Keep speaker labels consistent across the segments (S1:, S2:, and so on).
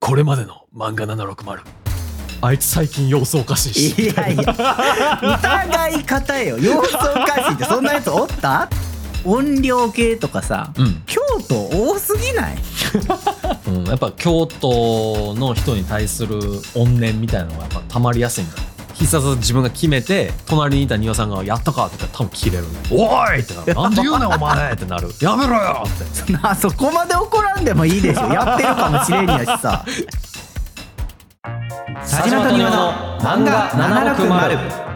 S1: これまでの漫画760あいつ最近様子おかしいし
S2: いやいや疑い方よ様子おかしいってそんなやつおった音量計とかさ、
S3: うん
S2: 京都多すぎない
S3: うん、やっぱ京都の人に対する怨念みたいなのがやっぱ溜まりやすいんだ必殺自分が決めて隣にいた丹羽さんが「やったか」って言ったら多分切れるね「おい!」ってな る「なんで言うねんお前!」ってなる「やめろよ!」って
S2: そんなそこまで怒らんでもいいでしょやってるかもしれんやしさ
S3: 佐島と丹羽の漫画760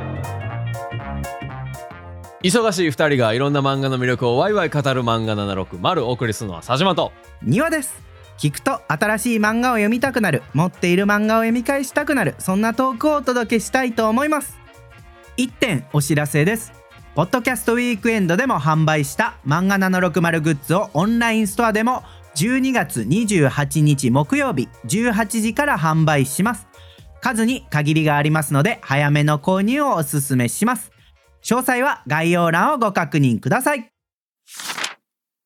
S1: 忙しい二人がいろんな漫画の魅力をワイワイ語る漫画760お送りするのは佐島と
S2: 庭です聞くと新しい漫画を読みたくなる持っている漫画を読み返したくなるそんなトークをお届けしたいと思います1点お知らせですポッドキャストウィークエンドでも販売した漫画760グッズをオンラインストアでも12月28日木曜日18時から販売します数に限りがありますので早めの購入をおすすめします詳細は概要欄をご確認ください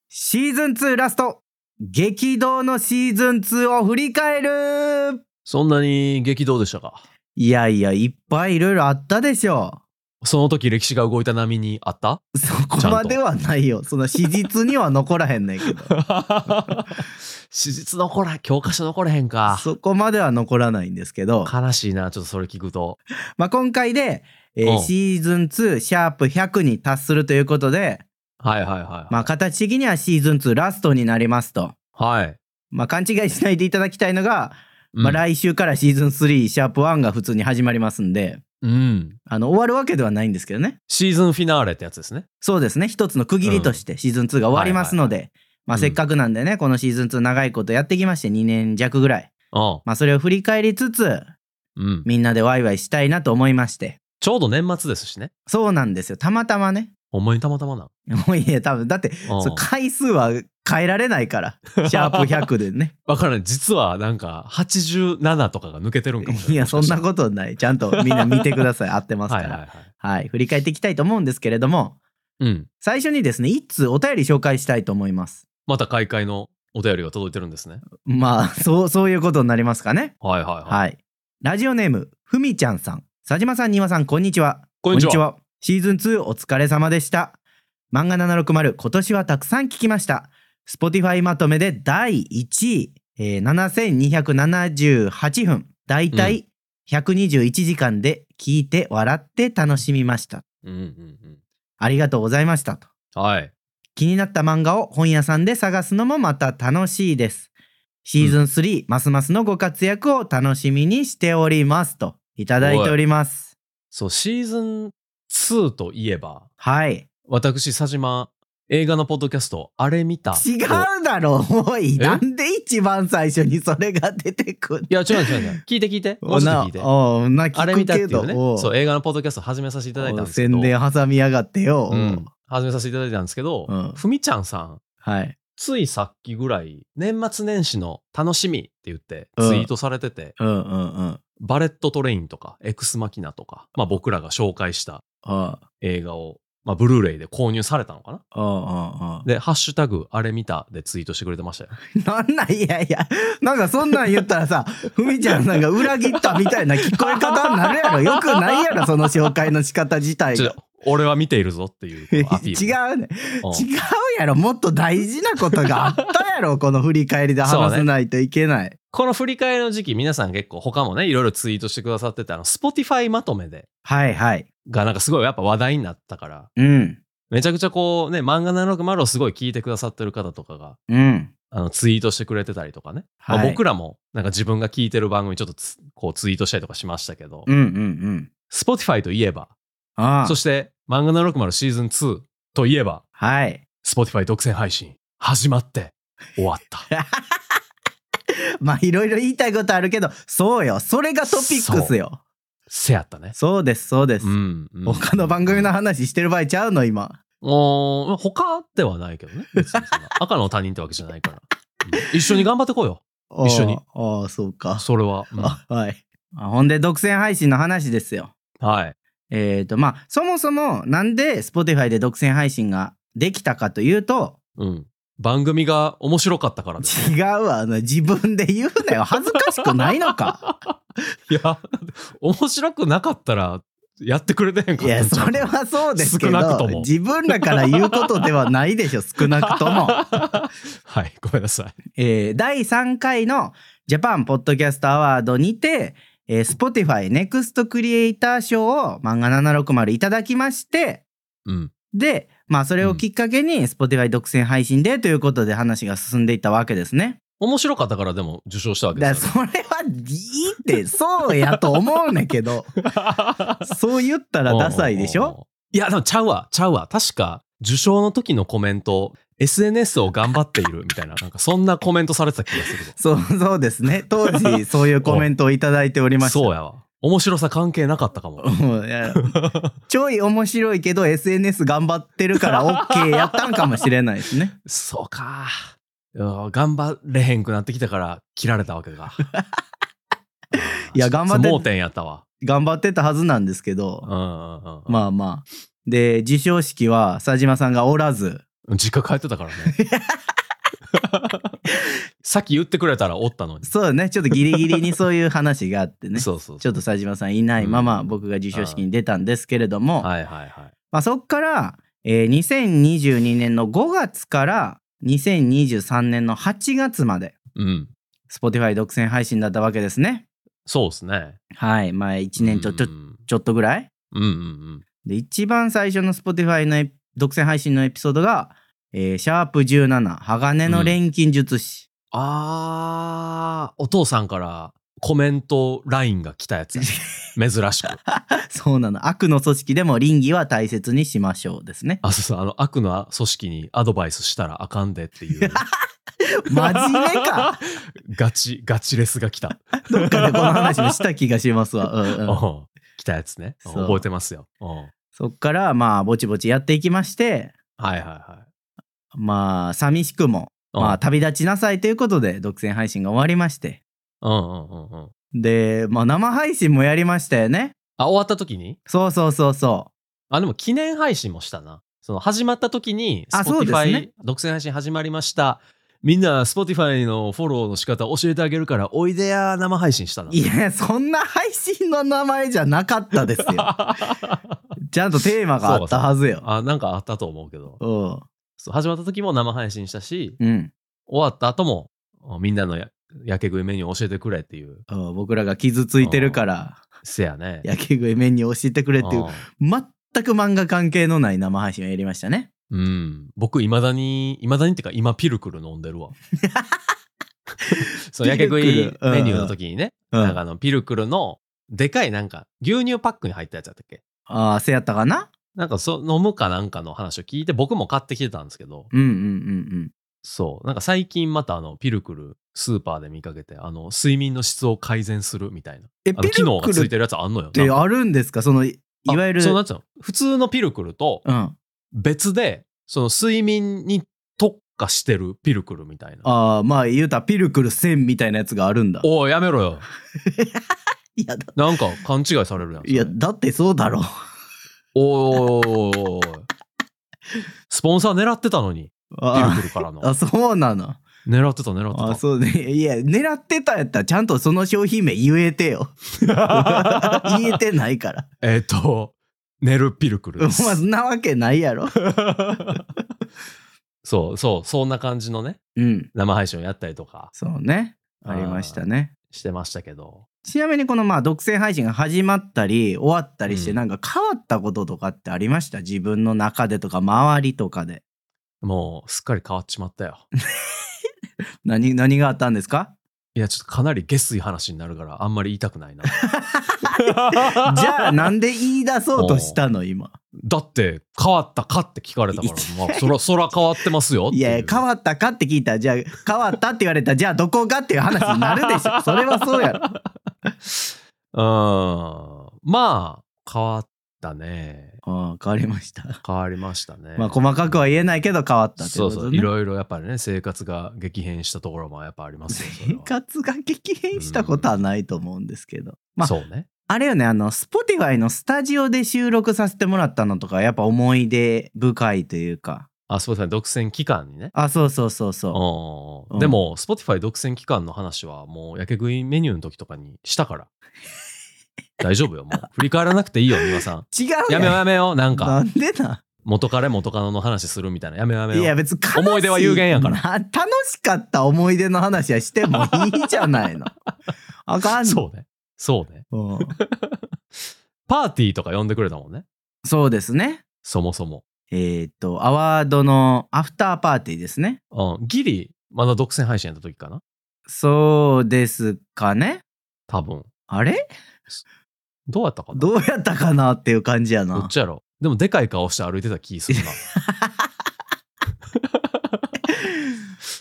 S2: シーズン2ラスト激動のシーズン2を振り返る
S1: そんなに激動でしたか
S2: いやいやいっぱいいろいろあったでしょ
S1: その時歴史が動いた波にあった
S2: うそこまではないよその史実には残らへんねんけど
S1: 史実残ら教科書残らへんか
S2: そこまでは残らないんですけど、
S1: 悲しいなちょっとそれ聞くと
S2: まあ、今回で、えー
S1: うん
S2: シーズン2シャープ100に達するということで、
S1: はいはいはい、
S2: まあ、形的にはシーズン2ラストになりますと、
S1: はい、
S2: まあ、勘違いしないでいただきたいのが、まあ、
S1: あ、
S2: 来週からシーズン3シャープ1が普通に始まりますんで
S1: うん
S2: あの終わるわけではないんですけどね
S1: シーズンフィナーレってやつですね
S2: そうですね一つの区切りとしてシーズン2が終わりますので、まあ、
S1: うん
S2: せっかくなんでね、このシーズン2長いことやってきまして2年弱ぐらい、
S1: うん
S2: まあ、それを振り返りつつ
S1: うん
S2: みんなでワイワイしたいなと思いまして
S1: ちょうど年末ですしね
S2: そうなんですよたまたまね
S1: ほんまにたまたまな
S2: もういや多分だって
S1: うん
S2: そう回数は変えられないからシャープ100で ね
S1: わからない実はなんか87とかが抜けてるんかもしれない
S2: いやそんな
S1: と
S2: ことないちゃんとみんな見てく ださい合ってますか
S1: は
S2: ら
S1: いはいはい
S2: はい、振り返っていきたいと思うんですけれども
S1: うん
S2: 最初にですね一通お便り紹介したいと思います
S1: また開会のお便りが届いてるんですね
S2: まあそうそういうことになりますかね
S1: はいはいはい、
S2: はい。ラジオネーム、ふみちゃんさん。佐島さん、にわさん、こんにちは。
S1: こんにちは
S2: シーズン2お疲れ様でした。漫画760、今年はたくさん聞きました。Spotify まとめで第1位、えー7278分、だいたい121時間で聞いて笑って楽しみました。
S1: うんうん
S2: ありがとうございましたと。
S1: うんはい
S2: 気になった漫画を本屋さんで探すのもまた楽しいです。シーズン3、ますますのご活躍を楽しみにしておりますといただいております。
S1: そうシーズン2といえば
S2: はい。
S1: 私佐島映画のポッドキャスト「あれ見た」
S2: 違
S1: を
S2: うだろう、おい。
S1: え
S2: なんで一番最初にそれが出てくる
S1: いや違う違う違う聞いて聞い てもうちょっと聞いて
S2: おおな聞くけど
S1: あれ見たっていうね
S2: お
S1: そう映画のポッドキャスト始めさせていただいたん
S2: お
S1: ですけど
S2: 宣伝挟みやがってよ。お
S1: うん、始めさせていただいたんですけど、
S2: うん
S1: ふみちゃんさん
S2: はい。
S1: ついさっきぐらい年末年始の楽しみって言ってツイートされてて、
S2: うんうんうん。
S1: バレットトレインとかエクスマキナとか、まあ、僕らが紹介した
S2: あ
S1: 映画を、まあ、ブルーレイで購入されたのかな
S2: あ、ああ、ああ。
S1: で「ハッシュタグあれ見た」でツイートしてくれてましたよ
S2: なんなんいやいや、なんかそんなん言ったら さ、ふみちゃんなんか裏切ったみたいな聞こえ方になるやろ。よくないやろ、その紹介の仕方自体
S1: ち
S2: が
S1: ょ。俺は見ているぞっていう
S2: 違
S1: アピール
S2: うね。
S1: うん
S2: 違うやろ。もっと大事なことがあった やろ。この振り返りで話さないといけない。
S1: この振り返りの時期皆さん結構他もねいろいろツイートしてくださっててあの Spotify まとめで
S2: はいはい。
S1: がなんかすごいやっぱ話題になったから
S2: うん。
S1: めちゃくちゃこうね漫画760をすごい聞いてくださってる方とかが
S2: うん。
S1: あのツイートしてくれてたりとかね、まあ
S2: はい
S1: 僕らもなんか自分が聞いてる番組ちょっとつこうツイートしたりとかしましたけど、
S2: うんうんうん。
S1: Spotify といえば
S2: あ
S1: そして漫画760シーズン2といえば
S2: あ。はい。
S1: Spotify 独占配信始まって終わった
S2: まあいろいろ言いたいことあるけど、そうよ。それがトピックスよ。
S1: せやったね、
S2: そうです、そうです。
S1: うんうん
S2: 他の番組の話してる場合ちゃうの、今。
S1: おー他ではないけどね。別にそん な赤の他人ってわけじゃないから。うん一緒に頑張ってこうよ。一緒に
S2: ああ。ああ、そうか。
S1: それは。うん
S2: あはい。あほんで、独占配信の話ですよ。
S1: はい。
S2: えっ、と、まあ、そもそもなんで Spotify で独占配信ができたかというと、
S1: うん。番組が面白かったからです。
S2: 違うわな自分で言うなよ恥ずかしくないの か
S1: いや、だって面白くなかったら、やってくれてへんか
S2: い
S1: った
S2: や
S1: んちゃ
S2: そうれはそうですけ
S1: 少なくと
S2: ど
S1: も
S2: 自分らから言うことではないでしょ少なくと も、
S1: はい、ごめんなさい。
S2: えー第3回のジャパンポッドキャストアワードにて、えー Spotify ネクストクリエイター賞を漫画760いただきまして
S1: うん。
S2: でまあそれをきっかけに Spotify 独占配信でということで話が進んでいったわけですね。
S1: 面白かったからでも受賞したわけ
S2: だから
S1: です
S2: それはいいってそうやと思うねん けど
S1: から。
S2: そう言ったらダサいでし
S1: うんうんうん
S2: ょ
S1: うんいや、でもちゃうわ、ちゃうわ。確か、受賞の時のコメント、SNS を頑張っているみたいな、なんかそんなコメントされてた気がするぞ。
S2: そうそうですね当時そういうコメントをいただいておりました。
S1: そうやわ。面白さ関係なかったかも。
S2: うんいやちょい面白いけど SNS 頑張ってるから OK やったんかもしれないですね。
S1: そうか。うん頑張れへんくなってきたから、切られたわけ か。
S2: いや頑張って
S1: 盲点やったわ。
S2: 頑張ってたはずなんですけ
S1: う
S2: ど
S1: ん、うんうんうん。
S2: まあまあ。で、授賞式は佐島さんがおらず、
S1: 実家帰ってた からね。さっき言ってくれたらおったのに。
S2: そうだね、ちょっとギリギリにそういう話があってね。
S1: そうそう
S2: ちょっと佐島さんいないまま
S1: うん
S2: 僕が授賞式に出たんですけれども、
S1: はいはいはい。
S2: まあ、そっから、えー2022年の5月から2023年の8月まで
S1: うん。
S2: Spotify 独占配信だったわけですね。
S1: そうですね。
S2: はい、まあ1年ちょちょ
S1: うん
S2: ちょっとぐらい
S1: うんうん
S2: で一番最初の Spotify のエピ独占配信のエピソードが「えーシャープ #17 鋼の錬金術師
S1: あー、お父さんからコメントラインが来たや つやね珍しく。」
S2: そうなの悪の組織でも倫理は大切にしましょうですね
S1: あ、そうそう、あの、悪の組織にアドバイスしたらあかんでって いう。
S2: 真面目か
S1: ガチ、ガチレスが来た。
S2: どっかでこの話もした気がしますわ、 うんうん
S1: うん来たやつね。うん
S2: そう
S1: 覚えてますよ。うんはい
S2: そっからまあぼちぼちやっていきまして
S1: はいはい。
S2: まあ寂しくも、
S1: うん
S2: まあ、旅立ちなさいということで独占配信が終わりまして
S1: うんうんうんうん。
S2: で、まあ、生配信もやりましたよね
S1: あ、終わった時に
S2: そうそうそうそう
S1: あ、でも記念配信もしたな。その始まった時に、
S2: あそうです
S1: Spotify、
S2: ね
S1: 独占配信始まりました。みんな、Spotify のフォローの仕方教えてあげるから、おいでや生配信したな。
S2: いや、そんな配信の名前じゃなかったですよ。 ちゃんとテーマがあったはずよ。
S1: あ、なんかあったと思うけど。
S2: うん
S1: そう始まった時も生配信したし、
S2: うん。
S1: 終わった後も、あみんなのややけ食いメニュー教えてくれっていう。
S2: うん僕らが傷ついてるから、
S1: せやね。
S2: 焼き食い面に教えてくれっていう
S1: う、ん
S2: 全く漫画関係のない生配信をやりましたね。
S1: うん。僕、いまだに、いまだにってか、今、ピルクル飲んでる わ。そう、
S2: ピ
S1: やけ
S2: ルク
S1: 食
S2: ル
S1: いメニューの時にね、
S2: うん、
S1: なんか
S2: あ
S1: あの、ピルクルの、でかいなんか、牛乳パックに入ったやつやったっけ
S2: あ、せやったかな
S1: なんかそ、飲むかなんかの話を聞いて、僕も買ってきてたんですけど、
S2: うんうんうん
S1: そう、なんか最近またあの、ピルクル、スーパーで見かけて、あの、睡眠の質を改善するみたいな、
S2: うん。え、
S1: あの、
S2: ピ
S1: 機
S2: ル
S1: 能が
S2: ク
S1: つ
S2: ル
S1: いてるやつあんのよ。
S2: って
S1: なんか
S2: あるんですかその、いいわゆる、
S1: あそうなんつうの普通のピルクルと、
S2: うん。
S1: 別で、その、睡眠に特化してるピルクルみたいな。
S2: ああ、まあ言うたらピルクル1000みたいなやつがあるんだ。
S1: おいやめろよ
S2: いやだ、
S1: なんか勘違いされるやんそれ
S2: いや、だってそうだろう。
S1: おいおいおいおいおいスポンサー狙ってたのにピル
S2: あ
S1: クルからの
S2: あ、あそうなの。
S1: 狙ってた狙ってた
S2: あそうねいや狙ってたんやったらちゃんとその商品名言え てよ言えてないから
S1: えっと寝るピルクル
S2: まあ
S1: です
S2: そんなわけないやろ
S1: そうそうそんな感じのね
S2: うん
S1: 生配信をやったりとか
S2: そうねありましたね
S1: してましたけど
S2: ちなみにこのまあ独占配信が始まったり終わったりして
S1: うん
S2: なんか変わったこととかってありました自分の中でとか周りとかで
S1: もうすっかり変わっちまったよ
S2: 何何があったんで すか
S1: いやちょっとかなり下水話になるからあんまり言いたく ないな
S2: じゃあなんで言い出そうとしたの今
S1: だって変わったかって聞かれたから
S2: い
S1: まあそらそら変わってますよって
S2: いやいや変
S1: っ
S2: わったかって聞いたらじゃあ変わったって言われたらじゃあどこがっていう話になるで しょそれはそうやろ
S1: ろうんまあ変わったね
S2: ああ変わりました。
S1: 変わりましたね
S2: まあ細かくは言えないけど変わったって
S1: そ
S2: こ
S1: うそ
S2: とね。
S1: ういろいろやっぱりね生活が激変したところもやっぱありますよそれ
S2: 生
S1: は
S2: 活が激変したことはないと思うんですけど。まあ
S1: そうね
S2: あれよねあの Spotify のスタジオで収録させてもらったのとかやっぱ思い出深いというか
S1: あ、そうですね。独占期間にね。
S2: あそうそうそうそ
S1: うん
S2: うん
S1: でも、Spotify 独占期間の話はもう、やけ食いメニューの時とかにした から。大丈夫よ、もう。振り返らなくていいよ、皆さん。
S2: う違う
S1: やめよう
S2: よ
S1: やめよう、なんか、
S2: なんでな
S1: 元彼元カノの話するみたいな。やめようやめ
S2: い
S1: よ
S2: や
S1: う。
S2: 別に悲しい
S1: 思い出は有限やから
S2: な楽しかった思い出の話はしてもいいじゃな いのあかん
S1: そうね。そうね。
S2: う、うん、
S1: パーティーとか呼んでくれたもんね。
S2: そうですね
S1: そもそも。
S2: えっ、とアワードのアフターパーティーですね
S1: うん。ギリ、まだ独占配信やった時かな。
S2: そうですかね
S1: 多分。
S2: あれ
S1: どうやったかな
S2: どうやったかなっていう感じや
S1: どっ
S2: な
S1: ちやろでもでかい顔して歩いてた気す るな。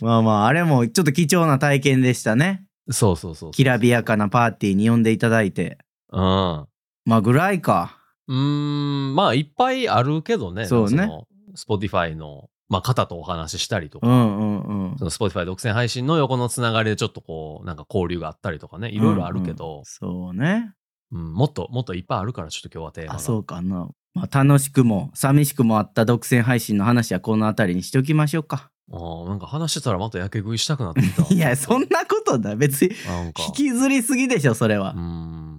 S2: まあまああれもちょっと貴重な体験でしたね
S1: そうそうそうそう。
S2: きらびやかなパーティーに呼んでいただいて
S1: うん。う
S2: まあぐらいか
S1: ーん、まあいっぱいあるけどね。
S2: そうね
S1: なんかその Spotify の、まあ方とお話ししたりと
S2: う
S1: か、
S2: んうんうん
S1: その Spotify 独占配信の横のつながりでちょっとこう、なんか交流があったりとかね、いろいろあるけ
S2: うんう
S1: ど
S2: ん、そうね
S1: うんもっと、もっといっぱいあるから、ちょっと今日はテーマ
S2: あ
S1: が。
S2: そうかな、まあ、楽しくも寂しくもあった独占配信の話はこの辺りにしておきましょうか
S1: あーなんか話してたらまたやけ食いしたくなってきた
S2: 。いやそんなことだ別に
S1: なんか。
S2: 引きずりすぎでしょそれは
S1: うー、ん。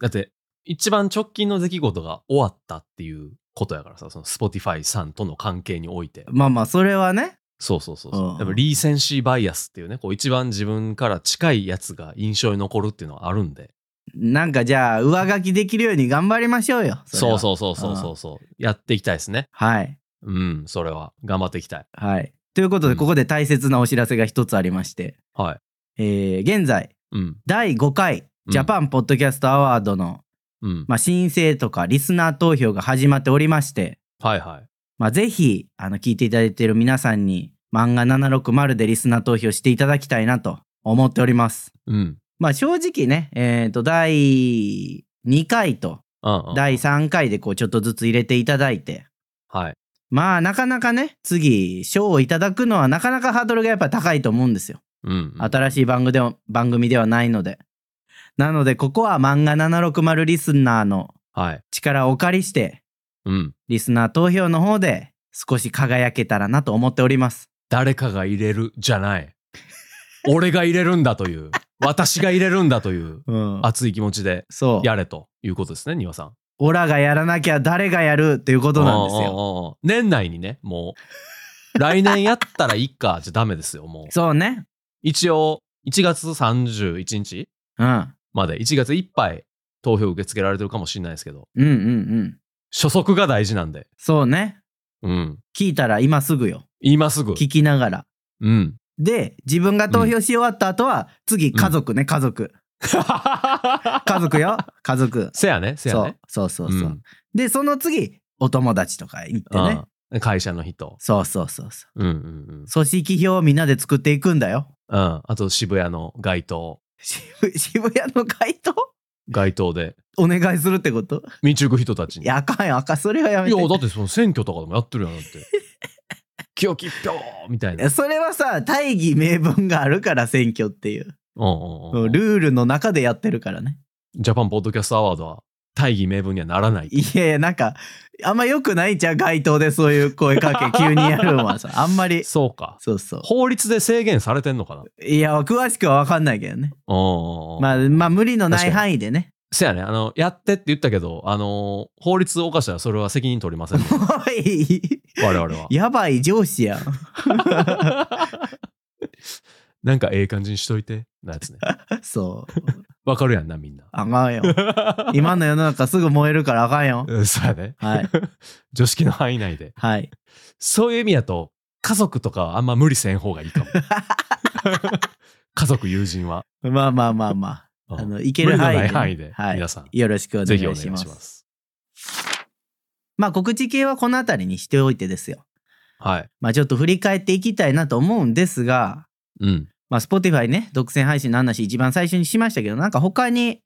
S1: だって、一番直近の出来事が終わったっていうことやからさ、その Spotify さんとの関係において。
S2: まあまあそれはね
S1: そうそうそうそう。
S2: うん
S1: やっぱリーセンシーバイアスっていうね、こう一番自分から近いやつが印象に残るっていうのはあるんで。
S2: なんかじゃあ上書きできるように頑張りましょうよれ
S1: そ
S2: は
S1: うそうそうそうそうそう。やっていきたいですね。
S2: はい
S1: うん、それは。頑張っていきたい。
S2: はいということ
S1: う
S2: で
S1: ん
S2: ここで大切なお知らせが一つありまして、
S1: はい。
S2: えー現在
S1: うん、
S2: 第5回
S1: うん
S2: ジャパンポッドキャストアワードの、
S1: うん。
S2: まあ、申請とかリスナー投票が始まっておりまして、
S1: はいはい。
S2: まあ、ぜひ、あの、聞いていただいている皆さんに、漫画760でリスナー投票していただきたいなと思っております。
S1: うん。
S2: まあ、正直ね、えっ、と、第2回と
S1: うん、うん。
S2: 第3回でこう、ちょっとずつ入れていただいて、
S1: はい。
S2: まあ、なかなかね、次、賞をいただくのはなかなかハードルがやっぱ高いと思うんですよ。
S1: うん。
S2: 新しい番組では、番組ではないので。なので、ここは漫画760リスナーの
S1: はい。
S2: 力をお借りして、
S1: うん。
S2: リスナー投票の方で少し輝けたらなと思っております。
S1: 誰かが入れるじゃない。 俺が入れるんだという。私が入れるんだという
S2: うん、
S1: 熱い気持ちで
S2: そう
S1: やれということですね、丹羽さん。
S2: オラがやらなきゃ誰がやるということなんです
S1: うん
S2: よ。
S1: うんうんうん年内にね、もう、来年やったらいいかじゃダメですよ、もう。
S2: そうね。
S1: 一応、1月31日
S2: うん。
S1: まで、1月いっぱい投票受け付けられてるかもしれないですけど、
S2: うんうんうん。
S1: 初速が大事なんで、
S2: そうね。
S1: うん。
S2: 聞いたら今すぐよ。
S1: 今すぐ。
S2: 聞きながら。
S1: うん。
S2: で、自分が投票し終わった後は、次、家族ね、家族。家族 よ、家族。
S1: せやね、せや
S2: そう
S1: ね。
S2: そうそう
S1: う
S2: そう。
S1: ん
S2: で、その次、お友達とか行ってね。
S1: うん会社の人。
S2: そうそうそうそ
S1: う
S2: う。
S1: んうん
S2: 組織票をみんなで作っていくんだよ。
S1: うん。うん。あと、渋谷の街頭。
S2: 渋 渋谷の街頭
S1: 街頭で、
S2: お願いするってこと
S1: 道行く人たちに。
S2: いや、あかんよ、あかん。それはやめ
S1: い
S2: て。
S1: や、だってその選挙とかでもやってるやん、だ って。清き一票みたい
S2: い
S1: な。
S2: やそれはさ大義名分があるから選挙っていう
S1: うんうんうん
S2: ルールの中でやってるからね
S1: ジャパンポッドキャストアワードは大義名分にはならない。
S2: いやいやなんかあんま良くないじゃん街頭でそういう声か け急にやるのはさあんまり
S1: そうか。
S2: そうそ
S1: 法律で制限されてんのかな。
S2: ういや詳しくは分かんないけどね
S1: うんうんうん
S2: まあまあ無理のな
S1: 確
S2: い
S1: か
S2: 範囲でね
S1: せやね、あの、やってって言ったけど、あのー法律を犯したらそれは責任取りません、ね。
S2: お い
S1: 我々は。
S2: やばい上司 やん
S1: なんかええ感じにしといて、なやつ ね。
S2: そう
S1: わかるやんな、みんな。
S2: あかんよ今の世の中すぐ燃えるからあかんよ
S1: うんそうやね。
S2: はい
S1: 常識の範囲内で。
S2: はい
S1: そういう意味やと、家族とかはあんま無理せん方がい いかも。家族、友人は。
S2: まあまあまあまあ
S1: うん
S2: あのいける範囲で,、
S1: 無理のない範囲で
S2: はい、
S1: 皆さん
S2: よろしくお願
S1: ぜ
S2: い
S1: ひ
S2: し
S1: お
S2: ま
S1: 願いします
S2: まあ告知系はこの辺りにしておいてですよ。
S1: はい。
S2: まあちょっと振り返っていきたいなと思うんですが、
S1: うん。
S2: まあ Spotify ね、独占配信の話一番最初にしましたけど、なんか他に、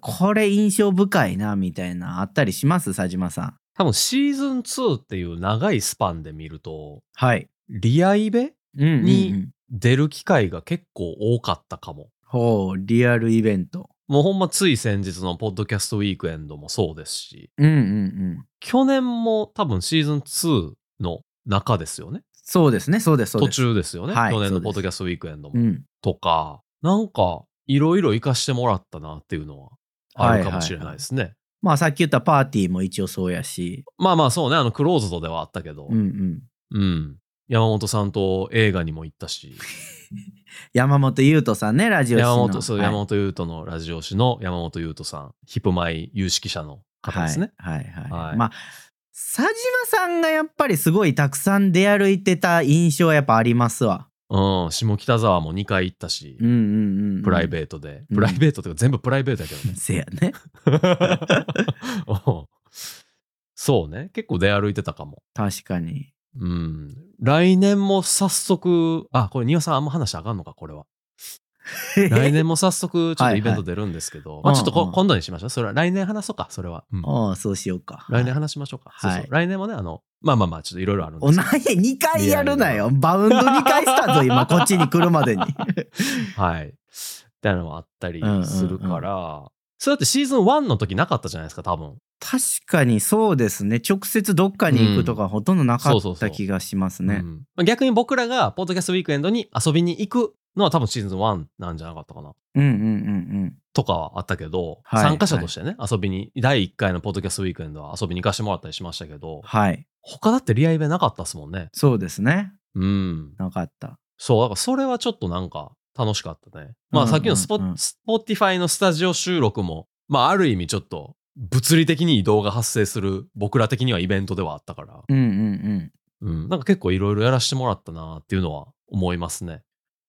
S2: これ印象深いな、みたいなあったりします佐島さん。
S1: 多分、シーズン2っていう長いスパンで見ると、
S2: はい。
S1: リアイベ
S2: うんうんうん、
S1: に出る機会が結構多かったかも。
S2: ほう、リアルイベント。
S1: もうほんまつい先日のポッドキャストウィークエンドもそうですし、
S2: うんうん
S1: 去年も多分シーズン2の中ですよね。
S2: そうですね、そうです、そう
S1: 途
S2: です。
S1: 中ですよね。
S2: はい
S1: 去年
S2: そ
S1: の
S2: うです
S1: ポッドキャストウィークエンドも。
S2: うん。
S1: とか、なんか、いろいろ活かしてもらったなっていうのはあるかもしれないですね。
S2: まあさっき言ったパーティーも一応そうやし、
S1: まあまあそうね、あの、クローズドではあったけど、う。
S2: うんん
S1: 山本さんと映画にも行ったし、
S2: 山本優斗さんね、ラジオ誌の
S1: 山本、そう、
S2: はい
S1: 山本優斗のラジオ誌の山本優斗さん、ヒップマイ有識者の方ですね。
S2: はいはいはい。
S1: はい
S2: まあ佐島さんがやっぱりすごいたくさん出歩いてた印象はやっぱありますわ。
S1: うん、下北沢も2回行ったし、
S2: うんうんうんうん。
S1: プライ
S2: ー
S1: ベートで、
S2: うん
S1: プライベートっていうか全部プライベートやけどね。
S2: ト。せやね。
S1: うんそうね、結構出歩いてたかも。
S2: 確かに。
S1: うん。来年も早速、あ、これ、庭さんあんま話あかんのか、これは。来年も早速、ちょっと
S2: はいはい
S1: イベント出るんですけど、まあちょっとこ
S2: うんうん
S1: 今度にしましょう。それは来年話そうか、それは。うん
S2: ああ、そうしようか。
S1: 来年話しましょうか。
S2: はい
S1: そうそう来年もね、あの、まあまあまあ、ちょっといろいろあるん
S2: お
S1: です
S2: 前2回やるなよ。バウンド2回した ぞ、今、こっちに来るまでに。
S1: けど、はい。みたいなのもあったり
S2: うんうんうん
S1: するから、それだってシーズン1の時なかったじゃないですか、多分。
S2: 確かにそうですね。直接どっかに行くとかほとんどなか
S1: そうそう
S2: っ
S1: そ
S2: た
S1: う
S2: 気がします
S1: う
S2: ね。
S1: んまあ逆に僕らが、ポッドキャストウィークエンドに遊びに行くのは多分シーズン1なんじゃなかったかな。
S2: うんうんうん
S1: とかはあったけど、
S2: はい
S1: 参加者としてね、遊びに、第1回のポッドキャストウィークエンドは遊びに行かしてもらったりしましたけど
S2: うん。、はい。
S1: 他だってリアイベなかったっすもんね。
S2: そうですね。
S1: うん。
S2: なかった。
S1: そう、だからそれはちょっとなんか楽しかったね。まあ
S2: うんうんう
S1: さ
S2: ん
S1: っきのスポ,、スポティファイのスタジオ収録も、まあある意味ちょっと物理的に移動が発生する僕ら的にはイベントではあったから、
S2: うんうんうん。
S1: うん。なんか結構いろいろやらせてもらったなっていうのは思いますね。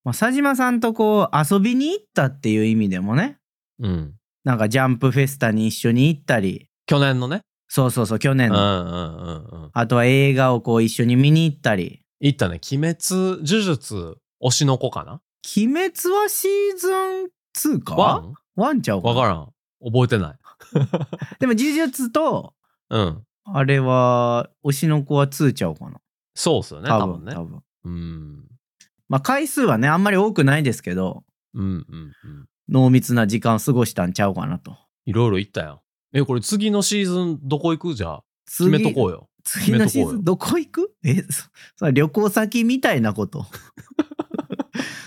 S2: まあ、佐島さんとこう遊びに行ったっていう意味でもね。
S1: うん。
S2: なんかジャンプフェスタに一緒に行ったり。
S1: 去年のね。
S2: そうそうそう、去
S1: う
S2: 年
S1: んう
S2: の。
S1: んうんうん。
S2: あとは映画をこう一緒に見に行ったり。
S1: 行ったね。鬼滅、呪術、推しの子かな
S2: 鬼滅はシーズン2か
S1: ワン
S2: ワンちゃう
S1: わからん。覚えてない。
S2: でも呪術と、
S1: うん。
S2: あれは、推しの子は2ちゃうかな。
S1: そうっすよね、多
S2: 多
S1: 分
S2: 分
S1: ね。
S2: 多分。
S1: うん。
S2: まあ回数はね、あんまり多くないですけど、
S1: うんうんうん。
S2: 濃密な時間を過ごしたんちゃうかなと。
S1: いろいろ行ったやん。え、これ次のシーズンどこ行くじゃあ。決
S2: 次
S1: めとこうよ。
S2: 次のシーズ
S1: 決
S2: ン
S1: め
S2: どこ行くえ、そそれ旅行先みたいなこと。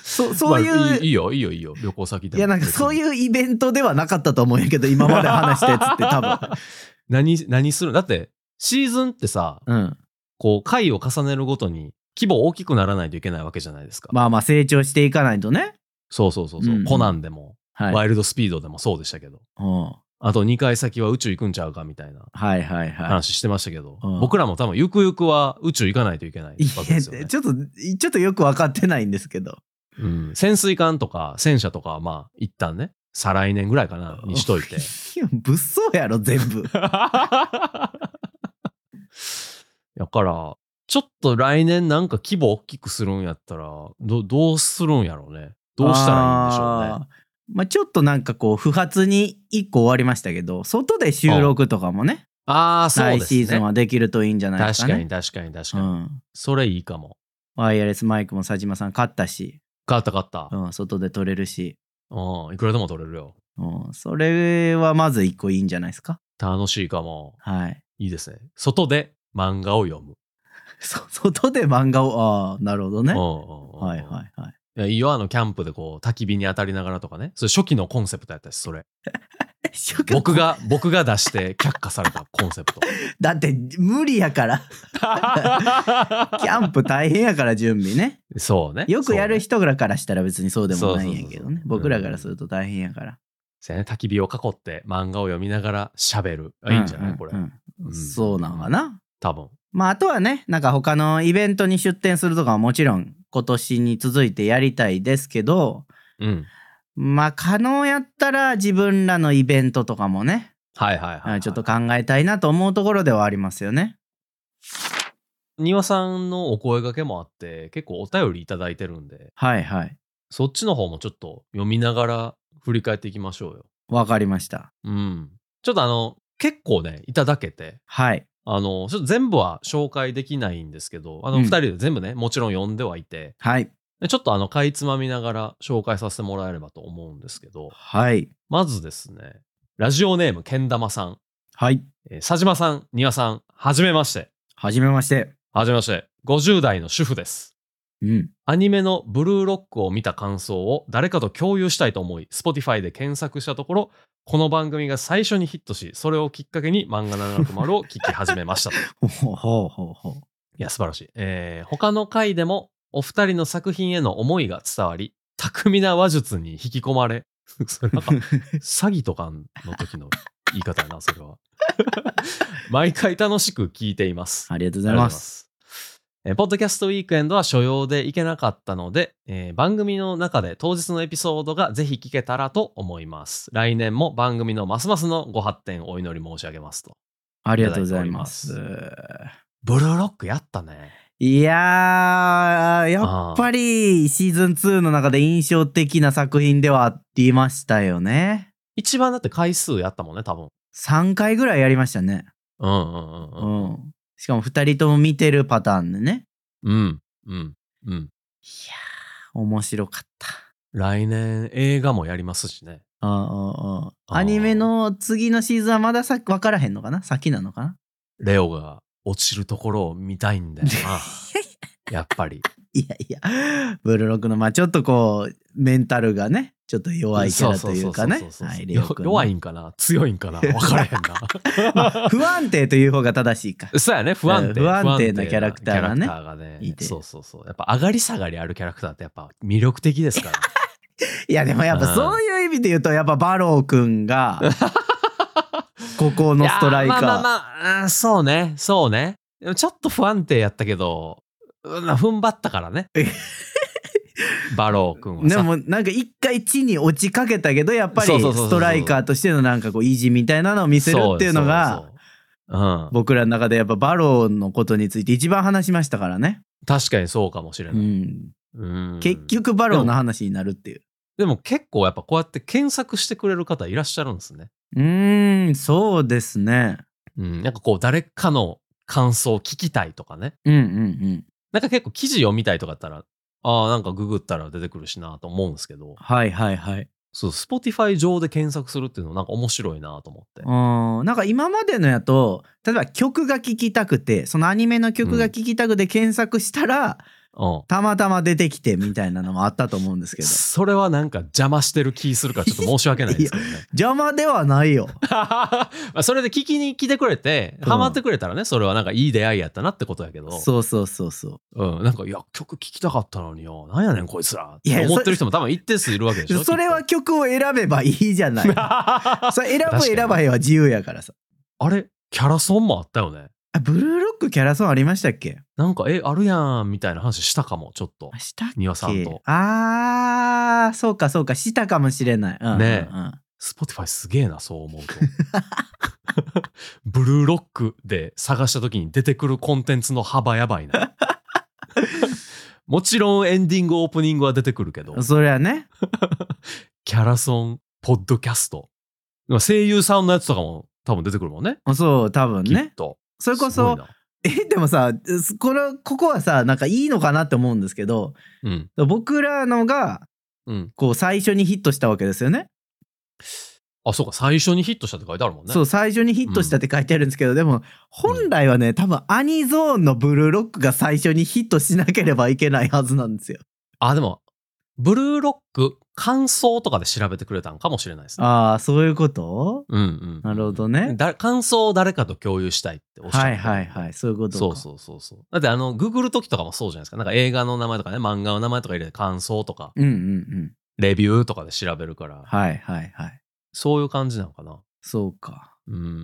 S2: そそういう、
S1: まあいいい
S2: い
S1: いよ、いいよ、いいよ。旅行先でも。。
S2: やなんかそういううイベントではなかったと思うんやけ ど、今まで話したやつって多分。
S1: 何、何するだって、シーズンってさ、
S2: うん。
S1: こう、回を重ねるごとに、規模大きくならないといけないわけじゃないですか。
S2: まあまあ成長していかないとね。
S1: そうそうそうそう、
S2: うん
S1: コナンでも、
S2: はい。
S1: ワイルドスピードでもそうでしたけど。
S2: うんは
S1: あと2回先は宇宙行くんちゃうかみたいない
S2: はいは
S1: 話してましたけど、
S2: うん
S1: 僕らも多分ゆくゆくは宇宙行かないといけないわ
S2: い。い
S1: け
S2: や、
S1: ですよ、ね
S2: ちょっと、ちょっとよく分かってないんですけど。
S1: うん。潜水艦とか戦車とかはまあ一旦ね、再来年ぐらいかなにしとい て。
S2: いや物騒やろ、全 部。
S1: だから、ちょっと来年なんか規模大きくするんやったら、どどうするんやろうね。どうしたらいいんでしょうね。
S2: あーまあ、ちょっとなんかこう不発に1個終わりましたけど外で収録とかもね
S1: ああ、そうで
S2: 来
S1: すね。
S2: シーズンはできるといいんじゃないです
S1: 確
S2: か
S1: かに
S2: ね。
S1: 確かに確かに。
S2: うん、
S1: それいいかも。
S2: ワイヤレスマイクも佐島さん買ったし、
S1: 買った買った。
S2: うん、外で撮れるし、
S1: うん、いくらでも取れるよ。
S2: うん、それはまず1個いいんじゃないですか。
S1: 楽しいかも。
S2: はい、
S1: いいですね。外で漫画を読む。
S2: そ外で漫画をああなるほどね。
S1: うん
S2: は
S1: うんうん
S2: いはいはい。
S1: いや。いいよ、あの、キャンプでこう、焚き火に当たりながらとかね。それ初期のコンセプトやったし、それ。僕が、僕が出して却下されたコンセプト。
S2: だって無理やから キャンプ大変やから準備ね。
S1: そうね。
S2: よくやる
S1: 人。
S2: 人からしたら別にそうでもないんやけ
S1: そうそうそ
S2: ど
S1: うそ
S2: ね
S1: う
S2: 僕らからすると大変やから。
S1: そうね、焚き火を囲って漫画を読みながら喋る。あいいんじゃない、
S2: うう
S1: これ
S2: う。ん
S1: うん
S2: そうなんかな。
S1: 多分。
S2: まああとはねなんか他のイベントに出店するとかはもちろん今年に続いてやりたいですけど
S1: うん。
S2: まあ可能やったら自分らのイベントとかもね、
S1: はいはいはい、はい。
S2: ちょっと考えたいなと思うところではありますよね。
S1: 庭さんのお声掛けもあって、結構お便りいただいてるんで、
S2: はいはい
S1: そっちの方もちょっと読みながら振り返っていきましょうよ。
S2: わかりました。
S1: うん。ちょっとあの、結構ね、いただけて、
S2: はい
S1: あの、ちょっと全部は紹介できないんですけど、あの、
S2: うん
S1: 二人で全部ね、もちろん読んではいて、
S2: はい
S1: でちょっとあの、かいつまみながら紹介させてもらえればと思うんですけど、
S2: はい
S1: まずですね、ラジオネーム、けん玉さん、
S2: はい
S1: えー佐島さん、丹羽さん、はじめまして。
S2: はじめまして
S1: はじめまして。 50代の主婦です。
S2: うん。
S1: アニメのブルーロックを見た感想を誰かと共有したいと思い、Spotify で検索したところ、この番組が最初にヒットし、それをきっかけに漫画760を聞き始めましたと。い
S2: ほうほうほうほう。
S1: や、素晴らしい。えー他の回でもお二人の作品への思いが伝わり、巧みな話術に引き込まれ、 それなんか詐欺とかの時の言い方やな、それは。 毎回楽しく聞いています。
S2: ありがとうご
S1: ありがとうご
S2: ざいます。
S1: えーポッドキャストウィークエンドは所要で行けなかったので、えー番組の中で当日のエピソードがぜひ聞けたらと思います。来年も番組のますますのご発展をお祈り申し上げますと。
S2: ありがとうございます。
S1: ブルーロックやったね。
S2: いやー、やっぱりシーズン2の中で印象的な作品ではありましたよね。
S1: 一番だって回数やったもんね、多分。
S2: 3回ぐらいやりましたね。
S1: うんうんう
S2: う
S1: んうん。
S2: ん。しかも2人とも見てるパターンでね。
S1: うんうんうん。
S2: いやー、面白かった。
S1: 来年映画もやりますしね。
S2: あああ
S1: あー
S2: あアニメの次のシーズンはまださ分からへんのかな先なのかな
S1: レオが落ちるところを見たいんだよ な。やっぱり。
S2: いやいや、ブルーロックの、まあちょっとこう、メンタルがね、ちょっと弱いキャラというかね
S1: そ。そそ
S2: は
S1: そ
S2: い、
S1: よ
S2: レオ君ね
S1: 弱いんかな強いんかな分からへん
S2: まあ
S1: な
S2: 不安定という方が正しいか。
S1: そうやね不安定
S2: 不安定なキャラクターがね
S1: キャラクターがね
S2: いて
S1: そうそうそうやっぱ上がり下がりあるキャラクターってやっぱ魅力的ですから
S2: いやでもやっ
S1: う
S2: ぱ
S1: ん
S2: そういう意味で言うとやっぱバロー 君がここのストライカー
S1: いやまあまあまあうんそうねそうねでもちょっと不安定やったけどうん踏ん張ったから ねバロー君は
S2: で
S1: さ
S2: もなんか一回地に落ちかけたけどやっぱり
S1: そうそうそうそう
S2: ストライカーとしてのなんかこう意地みたいなのを見せるっていうの
S1: そ
S2: が
S1: うそうそううん
S2: 僕らの中でやっぱバローのことについて一番話しましたからね、
S1: 確かにそうかもしれ
S2: う
S1: ない、
S2: ん、
S1: うん
S2: 結局バローの話になるっていう
S1: でも結構やっぱこうやって検索してくれる方いらっしゃるんですね
S2: うーんそうですね
S1: うん、なんかこう誰かの感想を聞きたいとかね。
S2: うんうんうん
S1: なんか結構記事読みたいとかだったら、ああ、なんかググったら出てくるしなと思うんですけど、
S2: はいはいはい
S1: そう、Spotify 上で検索するっていうのなんか面白いなと思って。
S2: うんなんか今までのやと例えば曲が聴きたくてそのアニメの曲が聴きたくて検索したら、
S1: うん。
S2: たまたま出てきてみたいなのもあったと思うんですけど
S1: それはなんか邪魔してる気するからちょっと申し訳ないですけどね。
S2: 邪魔ではないよ
S1: まあそれで聞きに来てくれて、
S2: うん
S1: ハマってくれたらね、それはなんかいい出会いやったなってことやけど、
S2: そうそうそうそう
S1: うん、なんか、いや、曲聴きたかったのによ、なんやねんこいつらっ
S2: い
S1: て
S2: やいや
S1: 思ってる人も多分一定数いるわけでしょ。
S2: それは
S1: き
S2: 曲を選べばいいじゃ ない
S1: っと
S2: それ選ぶ
S1: 確かに
S2: 選ばへんは自由やからさ
S1: あれキャラソンもあったよね。
S2: あブルーロックキャラソンありましたっけ
S1: なんか、え、あるやん、みたいな話したかも、ちょっと
S2: あ。したっけ
S1: 庭さんと。
S2: あーそうかそうかしたかもしれない、うん
S1: ね
S2: うんうん
S1: スポティファイすげえな、そう思うと。ブルーロックで探した時に出てくるコンテンツの幅やばいな。もちろんエンディング、オープニングは出てくるけど、
S2: そりゃね
S1: キャラソン、ポッドキャスト。まあ声優さんのやつとかも多分出てくるもんね。
S2: そう多分
S1: きっ
S2: ね
S1: と。
S2: それこ
S1: すごい
S2: そ
S1: な
S2: えでもさすこれここはさなんかいいのかなって思うんですけど
S1: うん。
S2: 僕らのが
S1: うん。
S2: こう最初にヒットしたわけですよね
S1: あ、そうか、最初にヒットしたって書いてあるもんね。
S2: そう最初にヒットしたって書いてあるんですけど、でも本来はね多分アニゾーンのブルーロックが最初にヒットしなければいけないはずなんですよ。
S1: あ、でも、ブルーロック、感想とかで調べてくれたんかもしれないですね。
S2: ああそういうこと
S1: うんうん。
S2: なるほどね。
S1: だ感想を誰かと共有したいっておっしゃって
S2: はいはいはいそういうことか。
S1: そうそうそうそう。だってあの、ググる時とかもそうじゃないですか。なんか映画の名前とかね、漫画の名前とか入れて感想とか、
S2: うんうんうん。
S1: レビューとかで調べるから、
S2: はいはいはい。
S1: そういう感じなのかな。
S2: そうか。
S1: うん。
S2: い
S1: な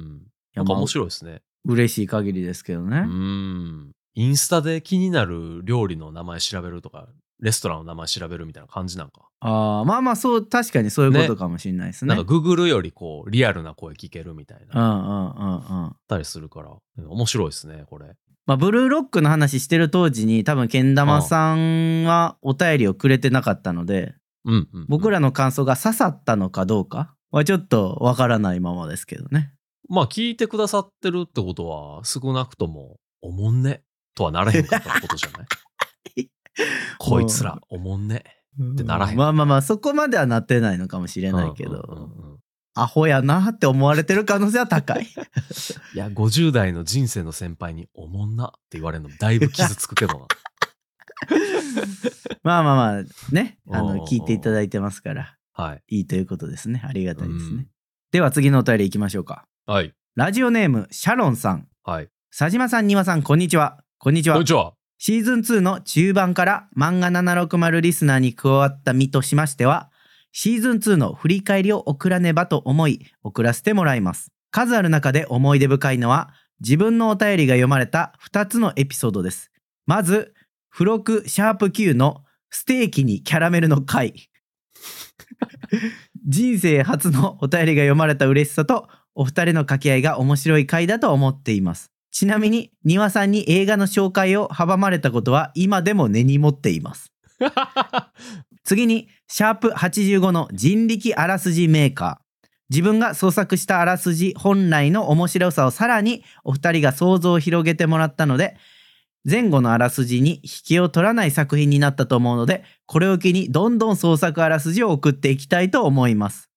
S2: や
S1: んか
S2: まあ
S1: 面白いですね。
S2: 嬉しい限りですけどね
S1: う。ん。インスタで気になる料理の名前調べるとか、レストランの名前調べるみたいな感じなんか。
S2: ああまあまあそう確かにそういうことかもしれないですね。
S1: なんかググるよりこう、リアルな声聞けるみたいな。
S2: うんう
S1: あっ
S2: んうんうん。
S1: たりするから、面白いですね、これ。
S2: まあ、ブルーロックの話してる当時に多分けん玉さんはお便りをくれてなかったので
S1: うんうん、うん。
S2: 僕らの感想が刺さったのかどうかはちょっとわからないままですけどね。
S1: まあ聞いてくださってるってことは少なくともおもんねとはならへんかったことじゃない こいつらおもんね
S2: って
S1: ならへん
S2: まあまあまあそこまではなってないのかもしれないけ
S1: うんうん
S2: ど
S1: うん
S2: アホやなって思われてる可能性は高 い。
S1: いや、50代の人生の先輩におもんなって言われるのだいぶ傷つくけどな。
S2: まあまあまあ、ね、あ
S1: おうおうお
S2: の、
S1: う
S2: 聞いていただいてますから、
S1: はい。
S2: いいということですね。ありがたいですね。
S1: うん
S2: では次のお便りいきましょうか。
S1: はい。
S2: ラジオネーム、シャロンさん。
S1: はい。
S2: 佐島さん、庭さん、こんにちは。こんに
S1: こ
S2: ち
S1: ん
S2: は
S1: に。ちは。
S2: シーズン2の中盤から漫画760リスナーに加わった身としましては、シーズン2の振り返りを送らねばと思い、送らせてもらいます。数ある中で思い出深いのは、自分のお便りが読まれた2つのエピソードです。まず、付録シャープ Q のステーキにキャラメルの回。 人生初のお便りが読まれた嬉しさと、お二人の掛け合いが面白い回だと思っています。ちなみに、庭さんに映画の紹介を阻まれたことは今でも根に持っています。次に、シャープ85の人力あらすじメーカー。自分が創作したあらすじ本来の面白さをさらにお二人が想像を広げてもらったので、前後のあらすじに引けを取らない作品になったと思うので、これを機にどんどん創作あらすじを送っていきたいと思います。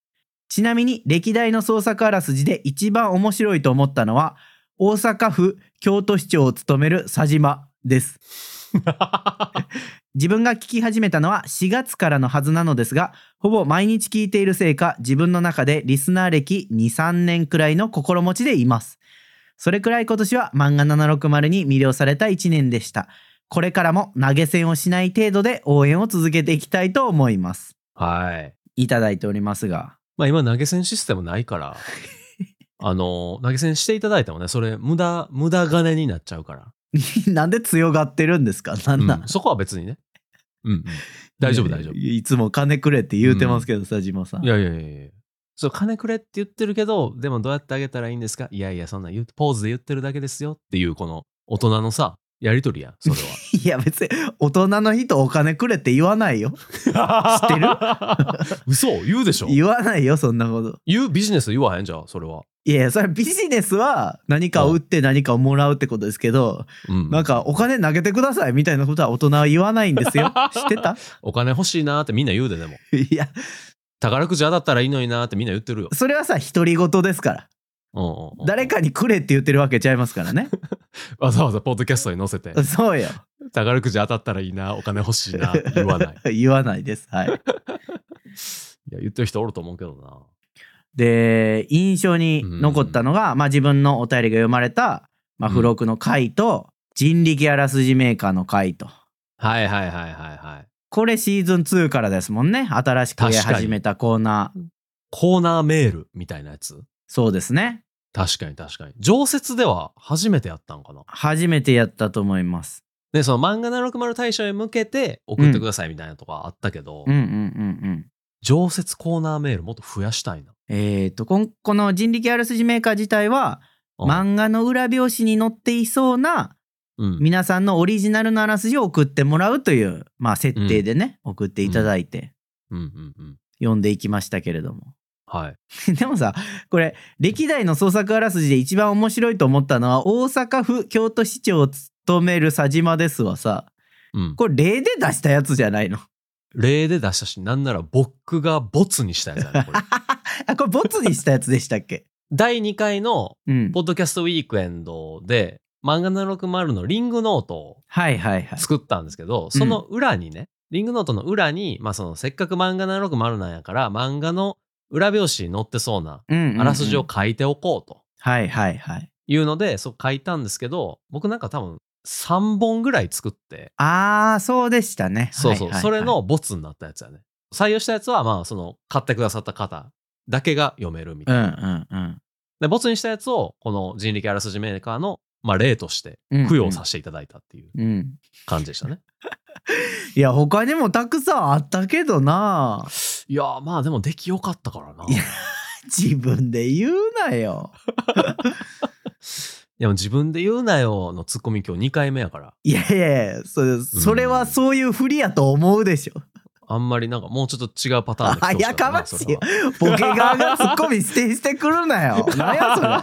S2: ちなみに、歴代の創作あらすじで一番面白いと思ったのは、大阪府京都市長を務める佐島です。自分が聞き始めたのは4月からのはずなのですが、ほぼ毎日聞いているせいか、自分の中でリスナー歴2、3年くらいの心持ちでいます。それくらい今年は漫画760に魅了された1年でした。これからも投げ銭をしない程度で応援を続けていきたいと思います。
S1: はい。
S2: いただいておりますが。
S1: まあ今投げ銭システムないから、あの、投げ銭していただいてもね、それ無駄、無駄金になっちゃうから。
S2: なんで強がってるんですかなんなん、
S1: うんそこは別にね。うんうん。大丈夫、大丈夫。い
S2: いいつも金くれって言うてますけど、佐島さん。
S1: やいやいやいや。そう、金くれって言ってるけど、でもどうやってあげたらいいんですかいやいや、そんな言うポーズで言ってるだけですよっていう、この大人のさ、やりとりやん、それは。
S2: いや別に大人の人お金くれって言わないよ。
S1: 知
S2: ってる
S1: 嘘言うでしょ
S2: 言わないよそんなこと。
S1: 言うビジネス言わへんじゃんそれはい
S2: やいやそれビジネスは何かを売って何かをもらうってことですけど、
S1: うん
S2: なんかお金投げてくださいみたいなことは大人は言わないんで すよ。知ってた
S1: お金欲しいなーってみんな言うででも
S2: いや
S1: 宝くじ当たったらいいのになーってみんな言 ってるよ、
S2: それはさ独り言ですから
S1: うんうんうん
S2: 誰かにくれって言ってるわけちゃいますか らね。
S1: わざわざポッドキャストに載せて
S2: そうよ
S1: 宝くじ当たったらいいなお金欲しいなって言わ ない
S2: 言わないです。はい、
S1: いや言ってる人おると思うけどな
S2: で印象に残ったのが、まあ、自分のお便りが読まれた、まあ、
S1: うん
S2: 付録の回と、人力あらすじメーカーの回と。
S1: はいはいはいはいはい
S2: これシーズン2からですもんね。新しく
S1: 確かに
S2: 始めたコーナー。
S1: コーナーメールみたいなやつ
S2: そうですね。
S1: 確かに確かに常設では初めてやったんかな
S2: 初めてやったと思います。
S1: ねその漫画760大賞へ向けて送ってくださいみたいなとかあったけど、
S2: うんうんうんうん。
S1: 常設コーナーメールもっと増やしたいな
S2: えっ、とこん、この人力あらすじメーカー自体は、
S1: うん
S2: 漫画の裏表紙に載っていそうな、
S1: うん
S2: 皆さんのオリジナルのあらすじを送ってもらうという、まあ、設定でね、送っていただいて、
S1: うんうんうん
S2: 読んでいきましたけれども。
S1: はい。
S2: でもさ、これ、歴代の創作あらすじで一番面白いと思ったのは、大阪府京都市長を務める佐島ですわさ、
S1: うん、
S2: これ例で出したやつじゃないの。
S1: 例で出したし、なんなら僕がボツにしたやつだね、 これ。
S2: あ、これボツにしたやつでしたっけ
S1: 第2回の、
S2: うん
S1: ポ。ッドキャストウィークエンドで、漫画760のリングノートを
S2: はいはいはい。
S1: 作ったんですけど、その裏にね、リングノートの裏に、まあその、せっかく漫画760なんやから、漫画の裏表紙に載ってそうな、
S2: うんうんうん
S1: あらすじを。書いておこうと
S2: はいはいはい。
S1: いうので、そう書いたんですけど、僕なんか多分、3本ぐらい作って、
S2: あー、そうでしたね。
S1: そうそう、
S2: はいはい
S1: そ
S2: はい
S1: れ。のボツになったやつやね。採用したやつは、まあ、その、買ってくださった方だけが読めるみた
S2: う
S1: い
S2: んう
S1: な。
S2: んうん。
S1: で、ボツにしたやつを、この人力あらすじメーカーの、まあ、例として
S2: うんうん
S1: 供養させていただいたっていう
S2: うん。
S1: 感じで したね。
S2: いや、他にもたくさんあったけどな。
S1: いやー、まあ、でも、出来良かったからな。
S2: い
S1: い
S2: や自分で言うなよ。
S1: や、自分で言うなよのツッコミ今日2回目やから、
S2: いやいやいや、それそれはそういうふりやと思うでしょ。
S1: あんまりなんか、もうちょっと違うパターンで来てほし
S2: あやかましいよ
S1: かっ
S2: ボケ側がツッコミ指定してくるな よ。
S1: た
S2: なんやそれ。
S1: な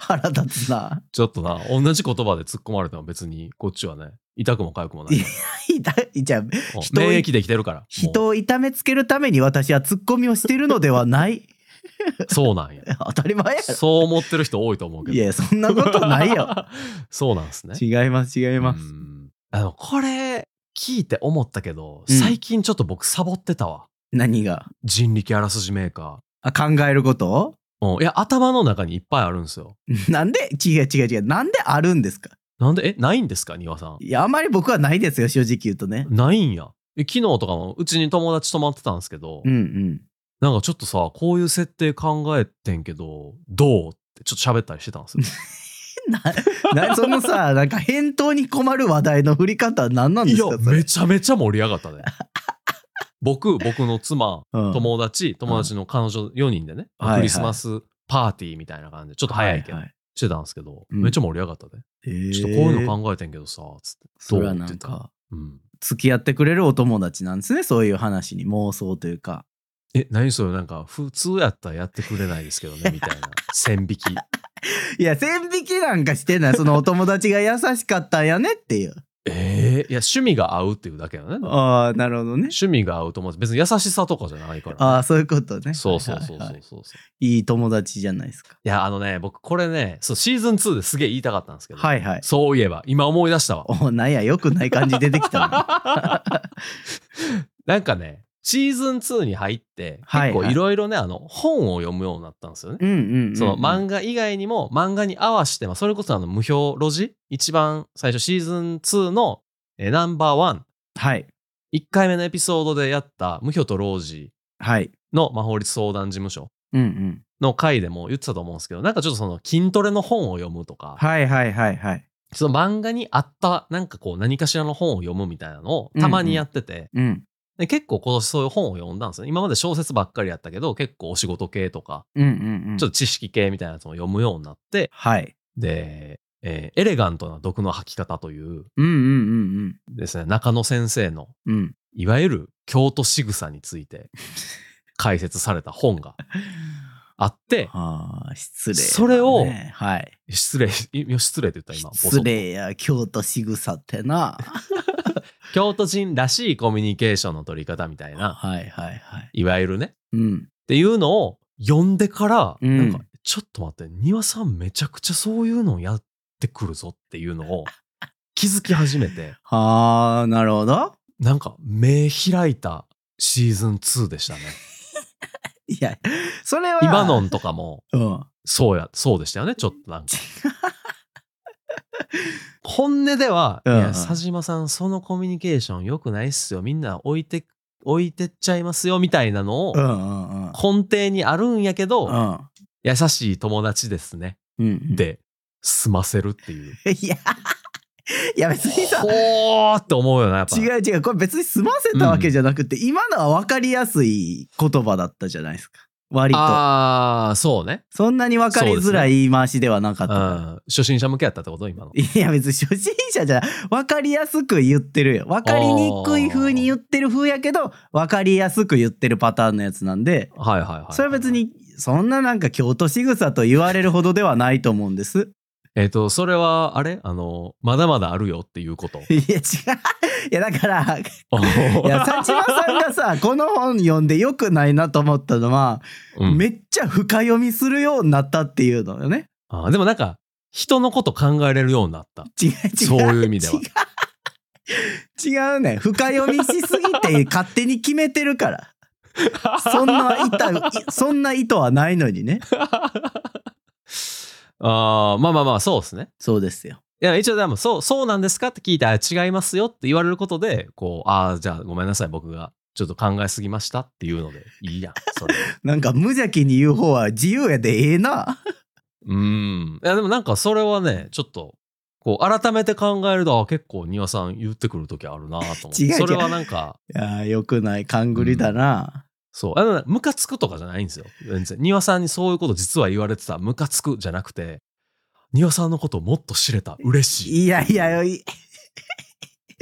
S2: 腹立つな。
S1: ちょっとな、同じ言葉で突っ込まれても別に、こっちはね、痛くも痒くもない
S2: い。いたじゃあ
S1: もう
S2: 人を
S1: 免疫できてるから。もう
S2: 人を痛めつけるために私はツッコミをしてるのではない
S1: そうなんや。
S2: 当たり前やろ
S1: そう思ってる人多いと思うけど。
S2: いやそんなことないよ
S1: そうなんですね。
S2: 違います違います、
S1: うんあの、これ、聞いて思ったけど、
S2: うん
S1: 最近ちょっと僕サボってたわ。
S2: 何が
S1: 人力あらすじメーカ
S2: あ考えること
S1: ー。うん。いや、頭の中にいっぱいあるんですよ。
S2: なんで違う違う違うなんであるんですか
S1: なんで、え、ないんですか庭さん。
S2: いやあんまり僕はないですよ正直言うとね
S1: ないんや。え昨日とかもうちに友達泊まってたんですけど、
S2: う んうん
S1: なんかちょっとさ、こういう設定考えてんけど、どうってちょっと喋ったりしてたんですよ。
S2: ななそのさなんか返答に困る話題の振り方は 何なんで
S1: い
S2: す
S1: や
S2: か、それ
S1: めちゃめちゃ盛り上が ったね。僕、僕の妻、
S2: うん
S1: 友達、友達の彼女4人でね、
S2: はいはい
S1: クリスマスパーティーみたいな感じで、ちょっと早いけど、
S2: はは
S1: してたんですけど、
S2: うん
S1: めっちゃ盛り上がったね。
S2: えー
S1: ちょっとこういうの考えてんけどさ、つって。
S2: それは
S1: どう
S2: な
S1: っ
S2: ん
S1: て言っ
S2: か
S1: うん。
S2: 付き合ってくれるお友達なんですねそういう話に妄想というか
S1: え、何それなんか、普通やったらやってくれないですけど ね、みたいな。線引き。
S2: いや線引きなんかしてないそのお友達が優しかったんやねっ ていう
S1: えー、いや、趣味が合うっていうだけだね。
S2: ああなるほどね
S1: 趣味が合うと思って、別に優しさとかじゃないから、
S2: ああそういうことね
S1: そうそうそうそう
S2: はいはい
S1: そう
S2: はい
S1: そう。
S2: いい友達じゃないですか
S1: いや、あのね、僕、これね、そう、シーズン2ですげえ言いたかったんですけど、
S2: はいはい
S1: そういえば、今思い出したわ。
S2: おなんやよくない感じ出てきたな
S1: なんかね、シーズン2に入って、
S2: はい
S1: 結構
S2: はい
S1: いろいろね、あの、本を読むようになったんですよね。
S2: うんうんうん、うん、
S1: その漫画以外にも漫画に合わせて、まあ、それこそあの無表路地一番最初シーズン2のえーナンバーワン
S2: はい
S1: 1回目のエピソードでやった無表と路地
S2: はい
S1: の、まあ、法律相談事務所
S2: うんうん
S1: の回でも言ってたと思うんですけどなんかちょっとその筋トレの本を読むとか、
S2: はいはいはいはい
S1: その漫画に合ったなんかこう何かしらの本を読むみたいなのをたまにやってて、
S2: うん
S1: で結構今年そういう本を読んだんですよね今まで小説ばっかりやったけど結構お仕事系とか
S2: うんうんうん
S1: ちょっと知識系みたいなやつも読むようになって、
S2: はい
S1: で、えーエレガントな毒の吐き方という
S2: うんうんうん
S1: ですね、中野先生の、
S2: うんうん
S1: いわゆる京都仕草について解説された本があ って、
S2: ああ失礼だね、
S1: それを
S2: はい
S1: 失礼、い失礼って言った今、ボソッ
S2: 失礼や京都仕草ってな
S1: 京都人らしいコミュニケーションの取り方みたいな、
S2: はいはいはい
S1: いわゆるね、っ
S2: うん
S1: ていうのを読んでから、
S2: うん
S1: なんか、ちょっと待って、庭さんめちゃくちゃそういうのやってくるぞっていうのを気づき始めて、
S2: はあなるほど
S1: なんか目開いたシーズン2でしたね。
S2: いやそれは
S1: 今のんとかも、
S2: うん
S1: そうや、そうでしたよね、ちょっとなん か。本音では、
S2: うん
S1: いや、佐島さん、そのコミュニケーション良くないっすよ。みんな置いて、置いてっちゃいますよ、みたいなのを
S2: う、んうんうん
S1: 根底にあるんやけど、
S2: うん
S1: 優しい友達ですね。
S2: うん
S1: で、済ませるっていう。
S2: いや いや別にさ
S1: ほーって思うよな、やっぱ。
S2: 違う違うこれ別に済ませたわけじゃなくて、今のは分かりやすい言葉だったじゃないですか割と
S1: あー、そうね。
S2: そんなに分かりづらい言い回しではなかっ
S1: う
S2: たから、
S1: ん。初心者向けやったってこと今の。
S2: いや別に初心者じゃない分かりやすく言ってるよ分かりにくい風に言ってる風やけど分かりやすく言ってるパターンのやつなんで
S1: はいはいはい。
S2: それは別。にそんななんか京都仕草と言われるほどではないと思うんです
S1: えっと、それは、あれあの、まだまだあるよっていうこと。
S2: いや違ういやだからい や佐島さんがさこの本読んでよくないなと思ったのは、
S1: うん
S2: めっちゃ深読みするようになったっていうのよね。
S1: あーでもなんか、人のこと考えれるようになった。
S2: 違う違う
S1: そういう意味では。
S2: 違う違うね深読みしすぎて勝手に決めてるからそんな意図いそんな意図はないのにね
S1: あーまあまあまあ、そうですね。
S2: そうですよ
S1: いや、一応でも、そう、そうなんですかって聞いて、あ違いますよって言われることで、こう、ああ、じゃあごめんなさい、僕が、ちょっと考えすぎましたっていうので、いいやん、それ。
S2: なんか無邪気に言う方は自由やでええな
S1: うーん。いや、でもなんか、それはね、ちょっと、こう、改めて考えると、あ結構、庭さん言ってくる時あるなと思って。
S2: 違う違う
S1: それはなんか、
S2: いやーよくない勘ぐりだな、
S1: そう。あの、ムカつくとかじゃないんですよ。全然。庭さんにそういうこと実は言われてた、ムカつくじゃなくて、庭さんのことをもっと知れた、嬉しい
S2: いやいやい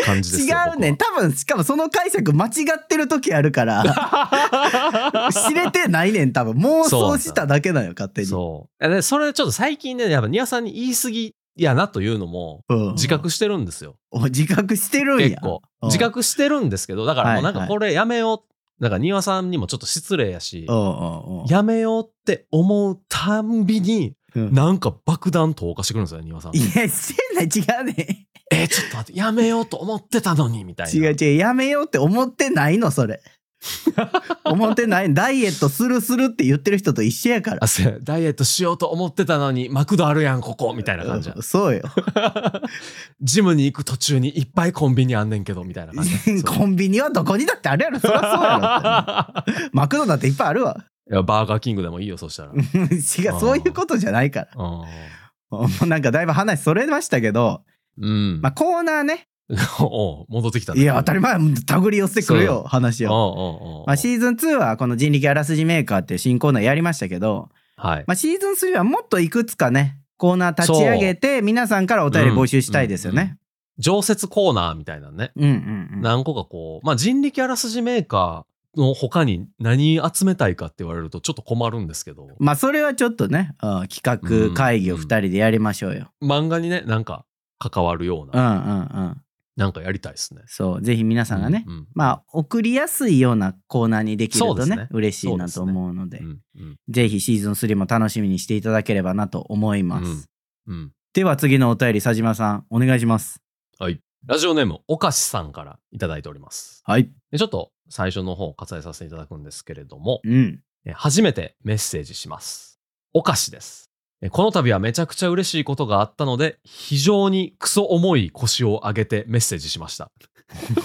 S1: 感じです
S2: 違
S1: よ。
S2: うねん多分しかもその解釈間違ってる時あ るから
S1: 僕は
S2: 知れてないねん多分妄想しただけなんよ勝手に
S1: そう。いやでそれちょっと最近ね、やっぱ庭さんに言い過ぎやなというのも、
S2: うん
S1: 自覚してるんですよ。
S2: お自覚してるんや
S1: 結構。
S2: うん
S1: 自覚してるんですけど、だからもうなん
S2: は
S1: か
S2: いは
S1: これやめよう。なんか庭さんにもちょっと失礼やし、
S2: おうおうおう
S1: やめようって思うたんびに、
S2: うん
S1: なんか爆弾投下してくるんですよね、庭さん。
S2: いやしてない違うね
S1: えー、ちょっと待って、やめようと思ってたのに、みたいな。
S2: 違う違うやめようって思ってないの それ思ってないダイエットするするって言ってる人と一緒やから
S1: あそうやダイエットしようと思ってたのに、マクドあるやん、ここ、みたいな 感じや
S2: うんそうよ。
S1: ジムに行く途中にいっぱいコンビニあんねんけど、みたいな感じそう
S2: コンビニはど こにだってあるやろそりゃそうやろマクドだっていっぱいあるわ
S1: いやバーガーキングでもいいよ、そしたら。うん
S2: 違うそういうことじゃないからもうなんかだいぶ話それましたけど、
S1: うん。
S2: まあ、コーナーね
S1: おう戻ってきたね
S2: いや当たり前もう手繰り寄せてくるよ話を、
S1: おうおうおうおう
S2: まあ、シーズン2はこの人力あらすじメーカーっていう新コーナーやりましたけど、
S1: はい。
S2: まあ、シーズン3はもっといくつかねコーナー立ち上げて皆さんからお便り募集したいですよね。
S1: 常設コーナーみたいなね。
S2: うんうんうん
S1: 何個かこう、まあ人力あらすじメーカーの他に何集めたいかって言われるとちょっと困るんですけど、
S2: まあそれはちょっとね、うん企画会議を2人でやりましょうよ。
S1: 漫画にね、なんか関わるよう
S2: う
S1: な、
S2: んうんうん。
S1: なんかやりたいですね。
S2: そうぜひ皆さんがね、
S1: うんうん
S2: まあ送りやすいようなコーナーにできると
S1: そうで
S2: ね
S1: すね
S2: 嬉しいなと思うので
S1: うんうん
S2: ぜひシーズン3も楽しみにしていただければなと思います。
S1: うんうん
S2: では次のお便り佐島さんお願いします。
S1: ラジオネーム、おかしさんからいただいております。
S2: はい。
S1: でちょっと最初の方割愛させていただくんですけれども、
S2: うん。
S1: え初めてメッセージします。お菓子です。えこの度はめちゃくちゃ嬉しいことがあったので、非常にクソ重い腰を上げてメッセージしました。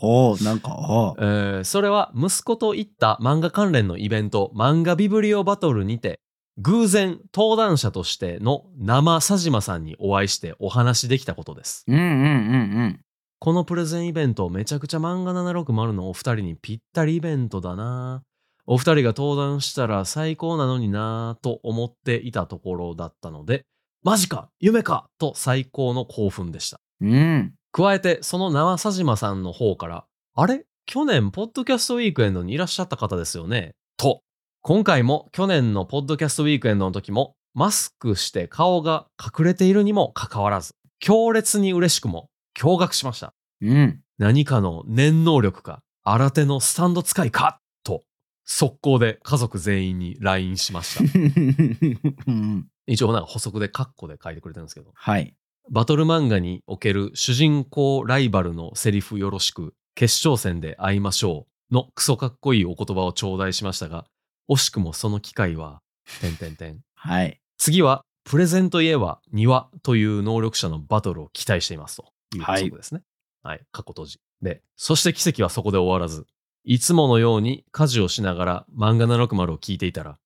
S2: おおなんかお
S1: えーそれは息子と行った漫画関連のイベント、漫画ビブリオバトルにて、偶然登壇者としての生佐島さんにお会いしてお話しできたことです。
S2: うんうんうん
S1: このプレゼンイベントめちゃくちゃ漫画760のお二人にぴったりイベントだなお二人が登壇したら最高なのになぁと思っていたところだったのでマジか夢かと最高の興奮でした
S2: うん。うん。
S1: 加えてその生佐島さんの方からあれ去年ポッドキャストウィークエンドにいらっしゃった方ですよねと今回も去年のポッドキャストウィークエンドの時もマスクして顔が隠れているにもかかわらず強烈に嬉しくも驚愕しました
S2: うん。
S1: 何かの念能力か、新手のスタンド使いか、と、速攻で家族全員に LINE しました。
S2: うん
S1: 一応なんか補足でカッコで書いてくれてるんですけど、
S2: はい。
S1: バトル漫画における主人公ライバルのセリフよろしく、決勝戦で会いましょうのクソかっこいいお言葉を頂戴しましたが、惜しくもその機会は、点点点。
S2: はい。
S1: 次は、プレゼントいえば庭という能力者のバトルを期待していますという補足ですね。はい。過去閉じ。で、そして奇跡はそこで終わらず、いつものように家事をしながら漫画760を聞いていたら、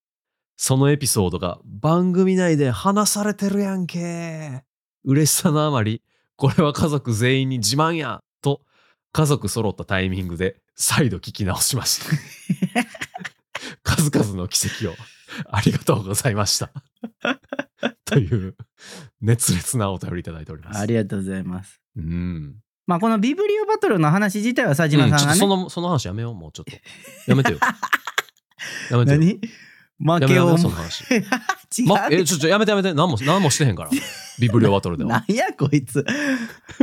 S1: そのエピソードが番組内で話されてるやんけ。嬉しさのあまり、これは家族全員に自慢やと、家族揃ったタイミングで再度聞き直しました。 数々の奇跡をありがとうございま した。という熱烈なお便りいただいております。
S2: ありがとうございます。
S1: うん。
S2: まあこのビブリオバトルの話自体は佐島
S1: うんち
S2: さ
S1: ょっと
S2: んが
S1: そ
S2: ね、
S1: のその話やめよう、もうちょっと。 やめてよ。やめてよ。
S2: 何負
S1: やめ
S2: け
S1: ようやめよ
S2: を
S1: う、
S2: 思
S1: そうの話。
S2: 違う
S1: ま、え、ちょっとやめてやめて。何も、何もしてへんから。ビブリオバトルで
S2: な
S1: は。
S2: んやこいつ。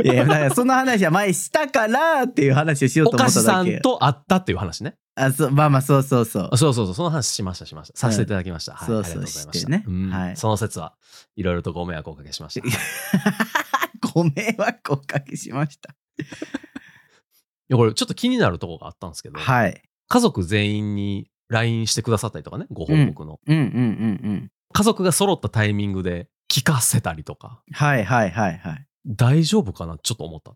S2: いや、だからその話は前したからっていう話をしよう
S1: お
S2: と思
S1: 菓
S2: った
S1: 子
S2: だ
S1: さ
S2: け
S1: ん。と会ったっていう話ね。
S2: あそうまあまあそうそうそう
S1: あ。そうそうそう、その話しました、しました。させていただきました。はい、
S2: そう
S1: あり
S2: そ
S1: がとう
S2: う
S1: ございました。
S2: してね
S1: うん
S2: はい
S1: その説はいろいろとご迷惑をおかけしま した。
S2: ご迷惑をおかけしました。
S1: いやこれちょっと気になるとこがあったんですけど、
S2: はい。
S1: 家族全員に LINE してくださったりとかねご報告の、
S2: うんうんうんうん。
S1: 家族が揃ったタイミングで聞かせたりとか
S2: はいはいはいはい。
S1: 大丈夫かなちょっと思った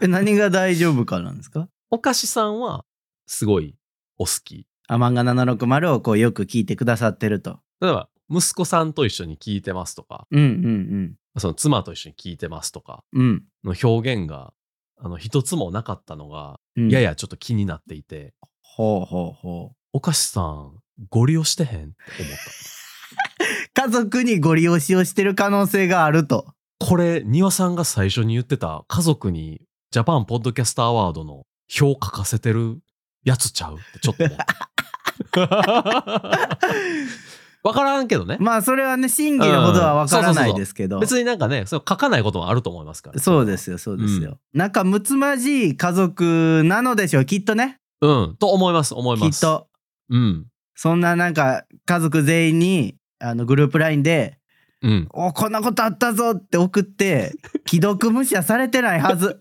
S2: え何が大丈夫かなんですか
S1: お菓子さんはすごいお好き
S2: あ漫画760をこうよく聞いてくださってると。
S1: 例えば息子さんと一緒に聞いてますとか
S2: うんうん
S1: その妻と一緒に聞いてますとか
S2: うん。うん。
S1: の表現があの一つもなかったのが、
S2: うん、
S1: や。やちょっと気になっていて
S2: ほうほうほう。
S1: お菓子さんご利用してへんって思った
S2: 家族にご利用しをしてる可能性があると。
S1: これ庭さんが最初に言ってた家族にジャパンポッドキャストアワードの表書かせてるやつちゃうってちょっと思ったわからんけどね、
S2: まあそれはね真偽のほどはわからな
S1: うんそうそうそ
S2: い
S1: う
S2: ですけど。
S1: 別になんかねそれ書かないこともあると思いますから
S2: そうですよそうですよ、なんかむつまじい家族なのでしょうきっとね
S1: うん、と思います、思い
S2: き
S1: ま
S2: っ
S1: す。
S2: と
S1: うん。
S2: そんななんか家族全員にあのグループラインで
S1: うん
S2: 「。おこんなことあったぞ」って送って 既読無視はされてないはず、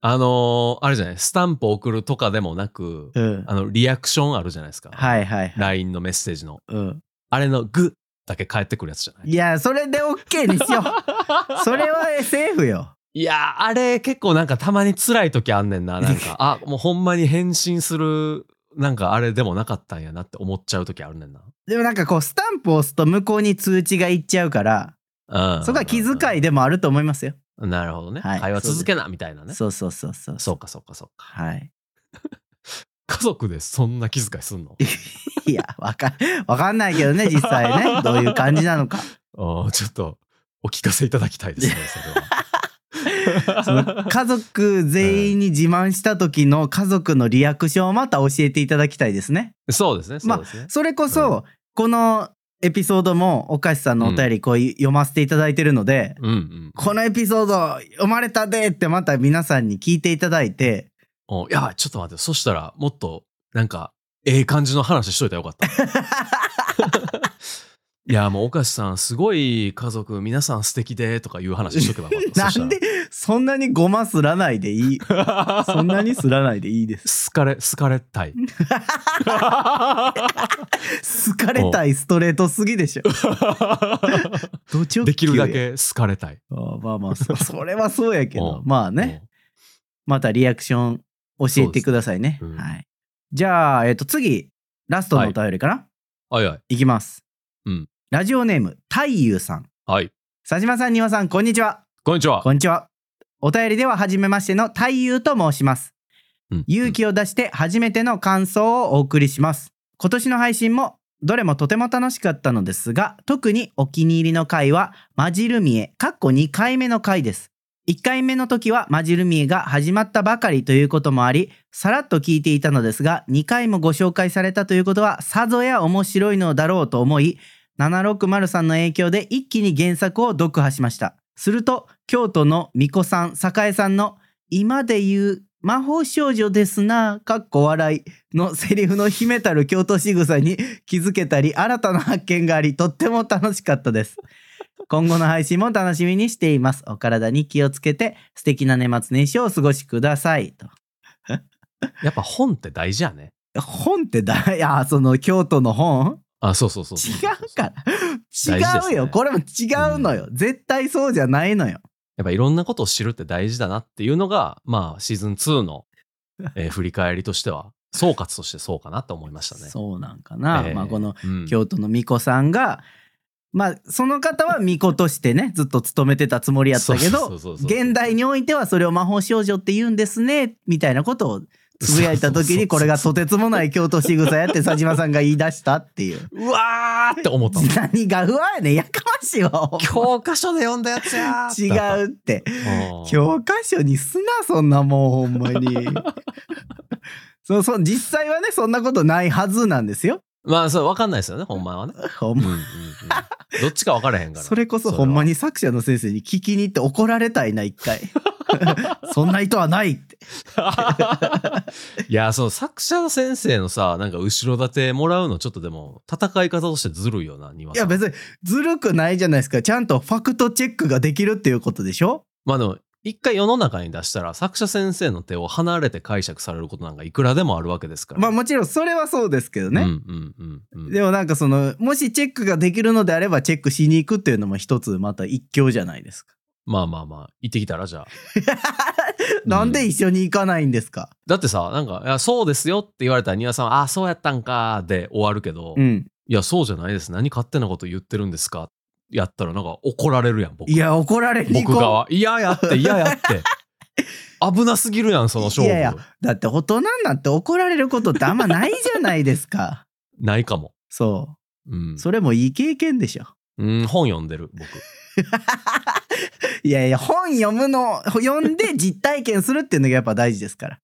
S1: あのーあれじゃない、スタンプ送るとかでもなく、
S2: うん、
S1: あの、リアクションあるじゃないですか。
S2: はいはいはい、
S1: LINE のメッセージの。
S2: うん、
S1: あれのグッだけ返ってくるやつじゃない
S2: いやそれで OK にしよ うそれは SF よ
S1: いやーあれ結構なんかたまに辛い時あんねんななん かあもうほんまに返信するなんかあれでもなかったんやなって思っちゃう時あるねんな
S2: でもなんかこうスタンプを押すと向こうに通知がいっちゃうから
S1: うん
S2: そこは気遣いでもあると思いますよ
S1: なるほどね、
S2: はい
S1: 会話続けなみたいなねそ
S2: そうそうそうそう
S1: うかそうかそうか
S2: はい
S1: 家族でそんな気遣いすんの
S2: いやわかわかんないけどね実際 ねどういう感じなのか
S1: あーちょっとお聞かせいただきたいですねそれ
S2: その
S1: は
S2: 家族全員に自慢した時の家族のリアクションをまた教えていただきたいですね
S1: そうですねそうですね、
S2: それこそ、
S1: う
S2: このエピソードもおかしさんのお便りこう読ませていただいてるので、
S1: うんうん
S2: このエピソード読まれたでってまた皆さんに聞いていただいて
S1: おやばいちょっと待ってそしたらもっとなんかええ感じの話しといたらよかった いやもう岡師さんすごい家族皆さん素敵でとかいう話しとけばよかった
S2: なんでそんなにごますらないでいいそんなにすらないでいいです
S1: 好かれ好かれた い
S2: 好かれたいストレートすぎで しょど直球や
S1: できるだけ好かれたい
S2: あーまあま あそそれはそうやけど
S1: うん
S2: まあねまたリアクション教えてくださいね。
S1: そうですねうん
S2: はい。じゃあ、えっ、と、次、ラストのお便りかな、
S1: うんはいはい
S2: い、きます。
S1: うん
S2: ラジオネーム、太夫さん。
S1: はい
S2: 佐島さん、丹羽さん、こんにちは。
S1: こんにちは
S2: こんにちは。お便りでは、初めましての太夫と申します。
S1: うん
S2: 勇気を出して初めての感想をお送りします。今年の配信も、どれもとても楽しかったのですが、特にお気に入りの回は、マジルミエ、かっこ2回目の回です。1回目の時はマジルミエが始まったばかりということもあり、さらっと聞いていたのですが、2回もご紹介されたということは、さぞや面白いのだろうと思い、760さんの影響で一気に原作を読破しました。すると、京都の巫女さん、栄さんの、今で言う魔法少女ですな、かっこ笑いのセリフの秘めたる京都仕草に気づけたり、新たな発見があり、とっても楽しかったです。今後の配信も楽しみにしています。お体に気をつけて、素敵な年末年始をお過ごしください。と。
S1: やっぱ本って大事やね
S2: 本ってだ、いや、その京都の本
S1: あそうそうそう
S2: 違
S1: そう
S2: から。
S1: 大事です
S2: 違う
S1: ね
S2: よ。これも違うのよ。絶対そうじゃないのよ。
S1: やっぱいろんなことを知るって大事だなっていうのが、まあ、シーズン2の、 えー振り返りとしては、総括としてそうかなと思いましたね。
S2: そうなんかな。
S1: えー
S2: まあ、この
S1: うん
S2: 京都の巫女さんが、まあ、その方は巫女としてね、ずっと勤めてたつもりやったけ
S1: そ
S2: ど
S1: う、そうそうそう
S2: 現代においてはそれを魔法少女って言うんですね、みたいなことをつぶやいた時に、これがとてつもない京都仕草やって佐島さんが言い出したっていう。
S1: うわーって思った の
S2: 何が不安やねんやかましいわ。お前
S1: 教科書で読んだやつやー
S2: 違うって。
S1: うん
S2: 教科書にすなそんなもんほんま にそうそう実際はねそんなことないはずなんですよ
S1: まあ、そう、わかんないですよね、ほんまはね。
S2: ほん
S1: うん
S2: ま
S1: うんうんどっちか分からへんから。
S2: それこそほんまに作者の先生に聞きに行って怒られたいな一回そんな意図はないって
S1: それは。いや、その作者の先生のさ、なんか後ろ盾もらうの、ちょっとでも、戦い方としてずるいよな、庭
S2: い
S1: さ
S2: や
S1: ん。
S2: 別にずるくないじゃないですかちゃんとファクトチェックができるっていうことでしょ
S1: まあでも、一回世の中に出したら、作者先生の手を離れて解釈されることなんかいくらでもあるわけですから。
S2: まあもちろんそれはそうですけどね、
S1: うんうんうんうん。
S2: でもなんかそのもしチェックができるのであればチェックしに行くっていうのも一つまた一興じゃないですか
S1: まあまあまあ、行ってきたらじゃあ。
S2: なんで一緒に行かないんですか、
S1: だってさ、なんか、いや、そうですよって言われたら、庭さんは、あ、そうやったんか、で終わるけど、
S2: う
S1: い
S2: ん、
S1: や、そうじゃないです。何勝手なこと言ってるんですかやったら、なんか怒られるやん、僕。
S2: いや怒られに行
S1: 僕
S2: こう
S1: 側。いややって、いやや って。危なすぎるやん、その勝負。
S2: いやいやだって大人になって怒られることってあんまないじゃないですか
S1: ないかも。
S2: そ
S1: うん
S2: う。それもいい経験でしょ
S1: うん、本読んでる、僕。
S2: いやいや本読むの読んで実体験するっていうのがやっぱ大事ですから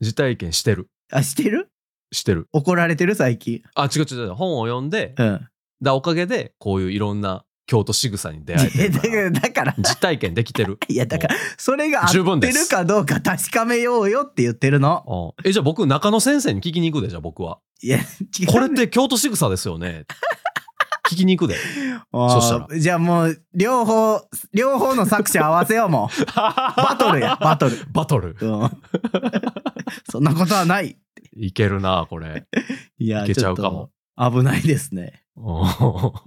S1: 実体験してる。
S2: あしてる
S1: してる。
S2: 怒られてる最近
S1: あ、違う違う違う。本を読んで、
S2: うん
S1: だおかげでこういういろんな京都仕草に出会えて
S2: いや
S1: る
S2: だ
S1: か
S2: かららだから
S1: 実体験できてる
S2: いやだからそれが合
S1: 十分
S2: っ
S1: で
S2: て
S1: す
S2: るかどうか確かめようよって言ってるの
S1: うんうんえじゃあ僕中野先生に聞きに行くでじゃあ僕はい
S2: や違う
S1: これって京都仕草ですよね聞きに行くで
S2: あー
S1: そした
S2: じゃあもう両方両方の作者合わせようも う バ
S1: バ
S2: トルやバトル、
S1: バトル
S2: うんそんなことはない
S1: いけるなこれ
S2: いや
S1: いけちゃうかも
S2: ちょっと危ないですね
S1: う
S2: だか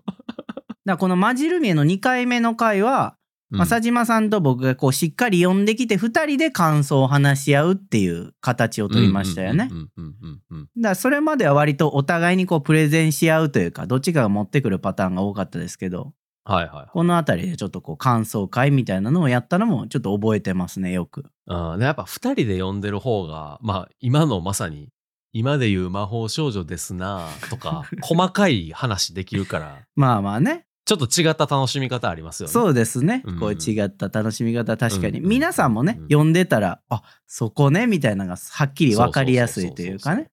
S2: らこの「マジルミエ」の2回目の回は、
S1: ん
S2: まあ、佐島さんと僕がこうしっかり読んできて2人で感想を話し合うっていう形を取りましたよね、
S1: うんうんうんうんうん
S2: だからそれまでは割とお互いにこうプレゼンし合うというかどっちかが持ってくるパターンが多かったですけど
S1: はいはい
S2: この辺りでちょっとこう感想会みたいなのをやったのもちょっと覚えてますねよく。
S1: うん、でやっぱ2人で読んでる方が、まあ、今のまさに今で言う魔法少女ですなとか細かい話できるから
S2: まあまあね
S1: ちょっと違った楽しみ方ありますよね。
S2: そうですね、
S1: うん
S2: こう違った楽しみ方確かに、
S1: うん
S2: 皆さんもね、
S1: うん
S2: 読んでたらあそこねみたいなのがはっきり分かりやすいというかね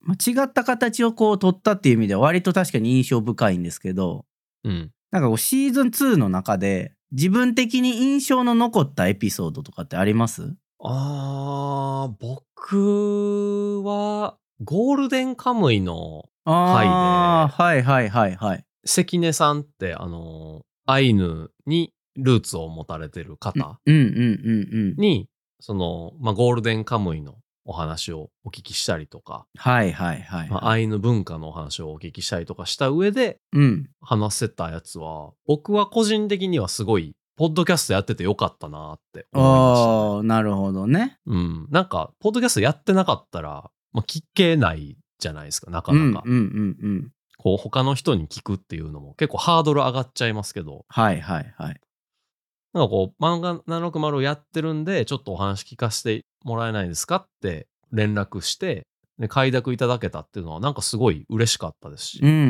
S2: まあ違った形をこう取ったっていう意味では割と確かに印象深いんですけど
S1: うん。
S2: なんかこうシーズン2の中で自分的に印象の残ったエピソードとかってあります
S1: あー僕はゴールデンカムイの
S2: あーはいはいはいはい。
S1: 関根さんってあのアイヌにルーツを持たれてる方
S2: うんうんうんうん。
S1: に、その、まあ、ゴールデンカムイのお話をお聞きしたりとか、
S2: はいはいはい。
S1: まあ、アイヌ文化のお話をお聞きしたりとかした上で
S2: うん。
S1: 話せたやつは僕は個人的にはすごいポッドキャストやっててよかったなって思いましたね、
S2: ああ、なるほどね。
S1: うん、なんかポッドキャストやってなかったら、まあ、聞けないじゃないですかなか
S2: うんうん
S1: な
S2: う
S1: か、
S2: んうん。
S1: こう他の人に聞くっていうのも結構ハードル上がっちゃいますけど
S2: はいはいはい。
S1: なんかこう漫画760やってるんでちょっとお話聞かせてもらえないですかって連絡してで快諾いただけたっていうのはなんかすごい嬉しかったですし、
S2: うんうんう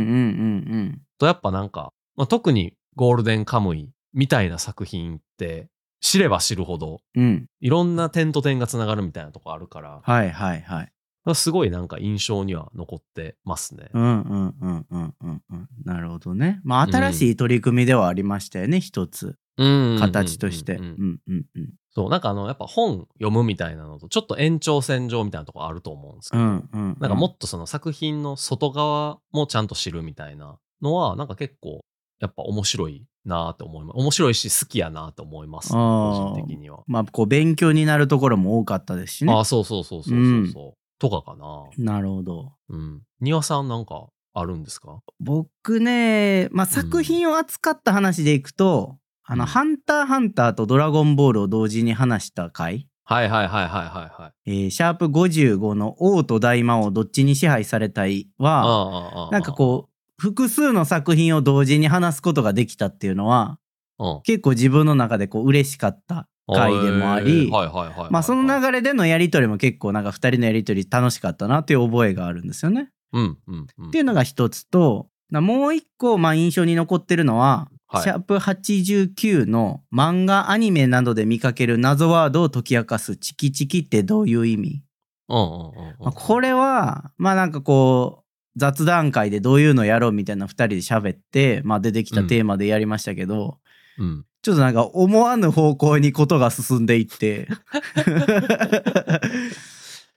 S2: ん
S1: とやっぱなんか、まあ、特にゴールデンカムイみたいな作品って知れば知るほど
S2: うん。うん。
S1: いろんな点と点がつながるみたいなとこあるから
S2: はいはいはい。
S1: すごいなんか印象には残ってますね。
S2: うんうんうんうんうんうん。なるほどね。まあ新しい取り組みではありましたよね、一つ。
S1: うん
S2: 形として。
S1: う
S2: うん
S1: うんうん
S2: んうんうん。
S1: そうなんかあのやっぱ本読むみたいなのとちょっと延長線上みたいなとこあると思うんですけ
S2: う
S1: ど、
S2: んうん。
S1: なんかもっとその作品の外側もちゃんと知るみたいなのはなんか結構やっぱ面白いなって思います面白いし好きやなって思います、ね、
S2: あー
S1: 個人的には。
S2: まあこう勉強になるところも多かったですし
S1: あ
S2: ね
S1: あ。そうそうそうそうそうそう、とかかな
S2: なるほど。
S1: うん庭さんなんかあるんですか
S2: 僕ね、まあ、作品を扱った話でいくと「あ
S1: うん
S2: のハンターハンター」と「ドラゴンボール」を同時に話した回、
S1: はいはいはいはいはいはい
S2: えーシャープ55の「王と大魔王どっちに支配されたい
S1: あ
S2: は」
S1: あああ
S2: なんかこう複数の作品を同時に話すことができたっていうのは
S1: う
S2: 結構自分の中でこう嬉しかった回でもあり、
S1: はいはいはいはい、
S2: まあ、その
S1: 中
S2: 流れでのやり取りも結構なんか2人のやり取り楽しかったなっていう覚えがあるんですよね。
S1: うんうんうん、
S2: っていうのが一つとなもう一個まあ印象に残ってるの
S1: はい
S2: は、シャープ89の漫画アニメなどで見かける謎ワードを解き明かす「チキチキ」ってどういう意味、
S1: うんうんうんうん、
S2: まあこれはまあなんかこう雑談会でどういうのやろうみたいな2人で喋って、まあ、出てきたテーマでやりましたけど、
S1: うん、
S2: ちょっとなんか思わぬ方向にことが進んでいって、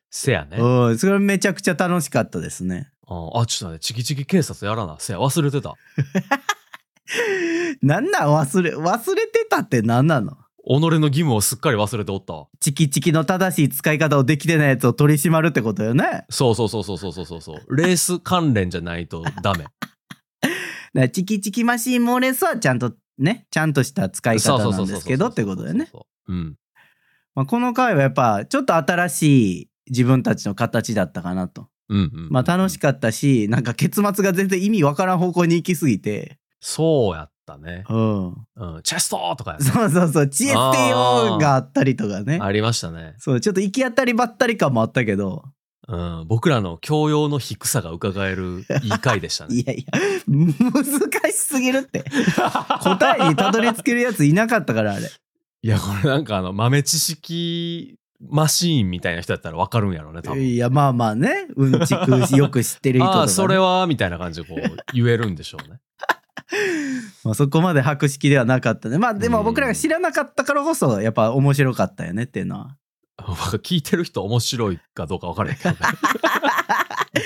S1: せやね、
S2: うん、それめちゃくちゃ楽しかったですね。
S1: ああちょっとねチキチキ警察やらなせや忘れてた
S2: なんなん忘れ忘れてたって何なの
S1: 己の義務をすっかり忘れておったわ
S2: チキチキの正しい使い方をできてないやつを取り締まるってことよね。
S1: そうそうそうそうそうそうそうそうレース関連じゃないとダメ
S2: だからチキチキマシンモーレスはちゃんとね、ちゃんとした使い
S1: そう
S2: 方
S1: そう
S2: な
S1: そ
S2: ん
S1: う
S2: で
S1: そう
S2: すけどってことだよね。
S1: そうそうそううん
S2: まあ、この回はやっぱちょっと新しい自分たちの形だったかなと。
S1: うんうんうん
S2: まあ楽しかったし、なんか結末が全然意味わからん方向に行き過ぎて。
S1: そうやったね、
S2: うん。
S1: うん、チェストとかやった
S2: そうそうそう、知恵捨てようがあったりとかね。
S1: ありましたね
S2: そう、ちょっと行き当たりばったり感もあったけど、
S1: うん、僕らの教養の低さが伺えるいい回でしたね。
S2: いやいや、難しすぎるって。答えにたどり着けるやついなかったから、あれ。
S1: いやこれなんかあの豆知識マシーンみたいな人やったらわかるんやろうね多分。
S2: いやまあまあ ねうんちくよく知ってる人とか、
S1: あ
S2: ね、
S1: あ それはみたいな感じでこう言えるんでしょうね。
S2: まあそこまで博識ではなかったねまあで
S1: う
S2: も
S1: ん
S2: 僕らが知らなかったからこそやっぱ面白かったよねっていうのは
S1: 聞いてる人面白いかどうか分からないけどね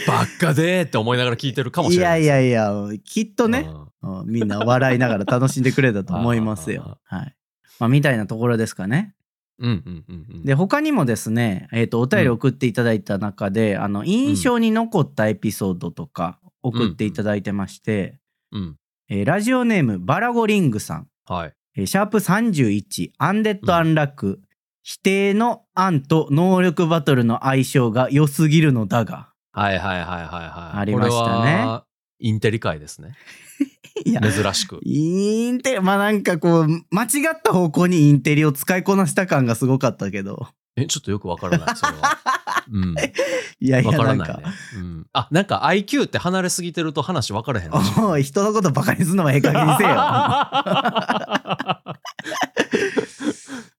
S1: ばっかでーって思いながら聞いてるかも
S2: い
S1: しれない
S2: やい
S1: です
S2: やいやきっとね
S1: うん
S2: うんみんな笑いながら楽しんでくれたと思います
S1: あーあー
S2: よ。はい。まあ、みたいなところですかね。
S1: うんうんうんうん
S2: で、他にもですね、えっ、と、お便り送っていただいた中で、あの、印象に残ったエピソードとか送っていただいてまして、
S1: うん
S2: えーラジオネーム、バラゴリングさん、
S1: はい
S2: えーシャープ31、アンデッド・アンラック、否定の案と能力バトルの相性が良すぎるのだが。
S1: はいはいはいはいはい
S2: ありましたね
S1: これはインテリ界ですね
S2: いや、
S1: 珍しく
S2: インテリ、まあなんかこう、間違った方向にインテリを使いこなした感がすごかったけど。
S1: えちょっとよくわからないそれはうん
S2: いやいや、
S1: わか
S2: な
S1: ら
S2: ん
S1: ない
S2: か
S1: ね、うん、あなんか IQ って離れすぎてると話分 からへんな
S2: おい、人のことバカにすんのはええ加減にせよ。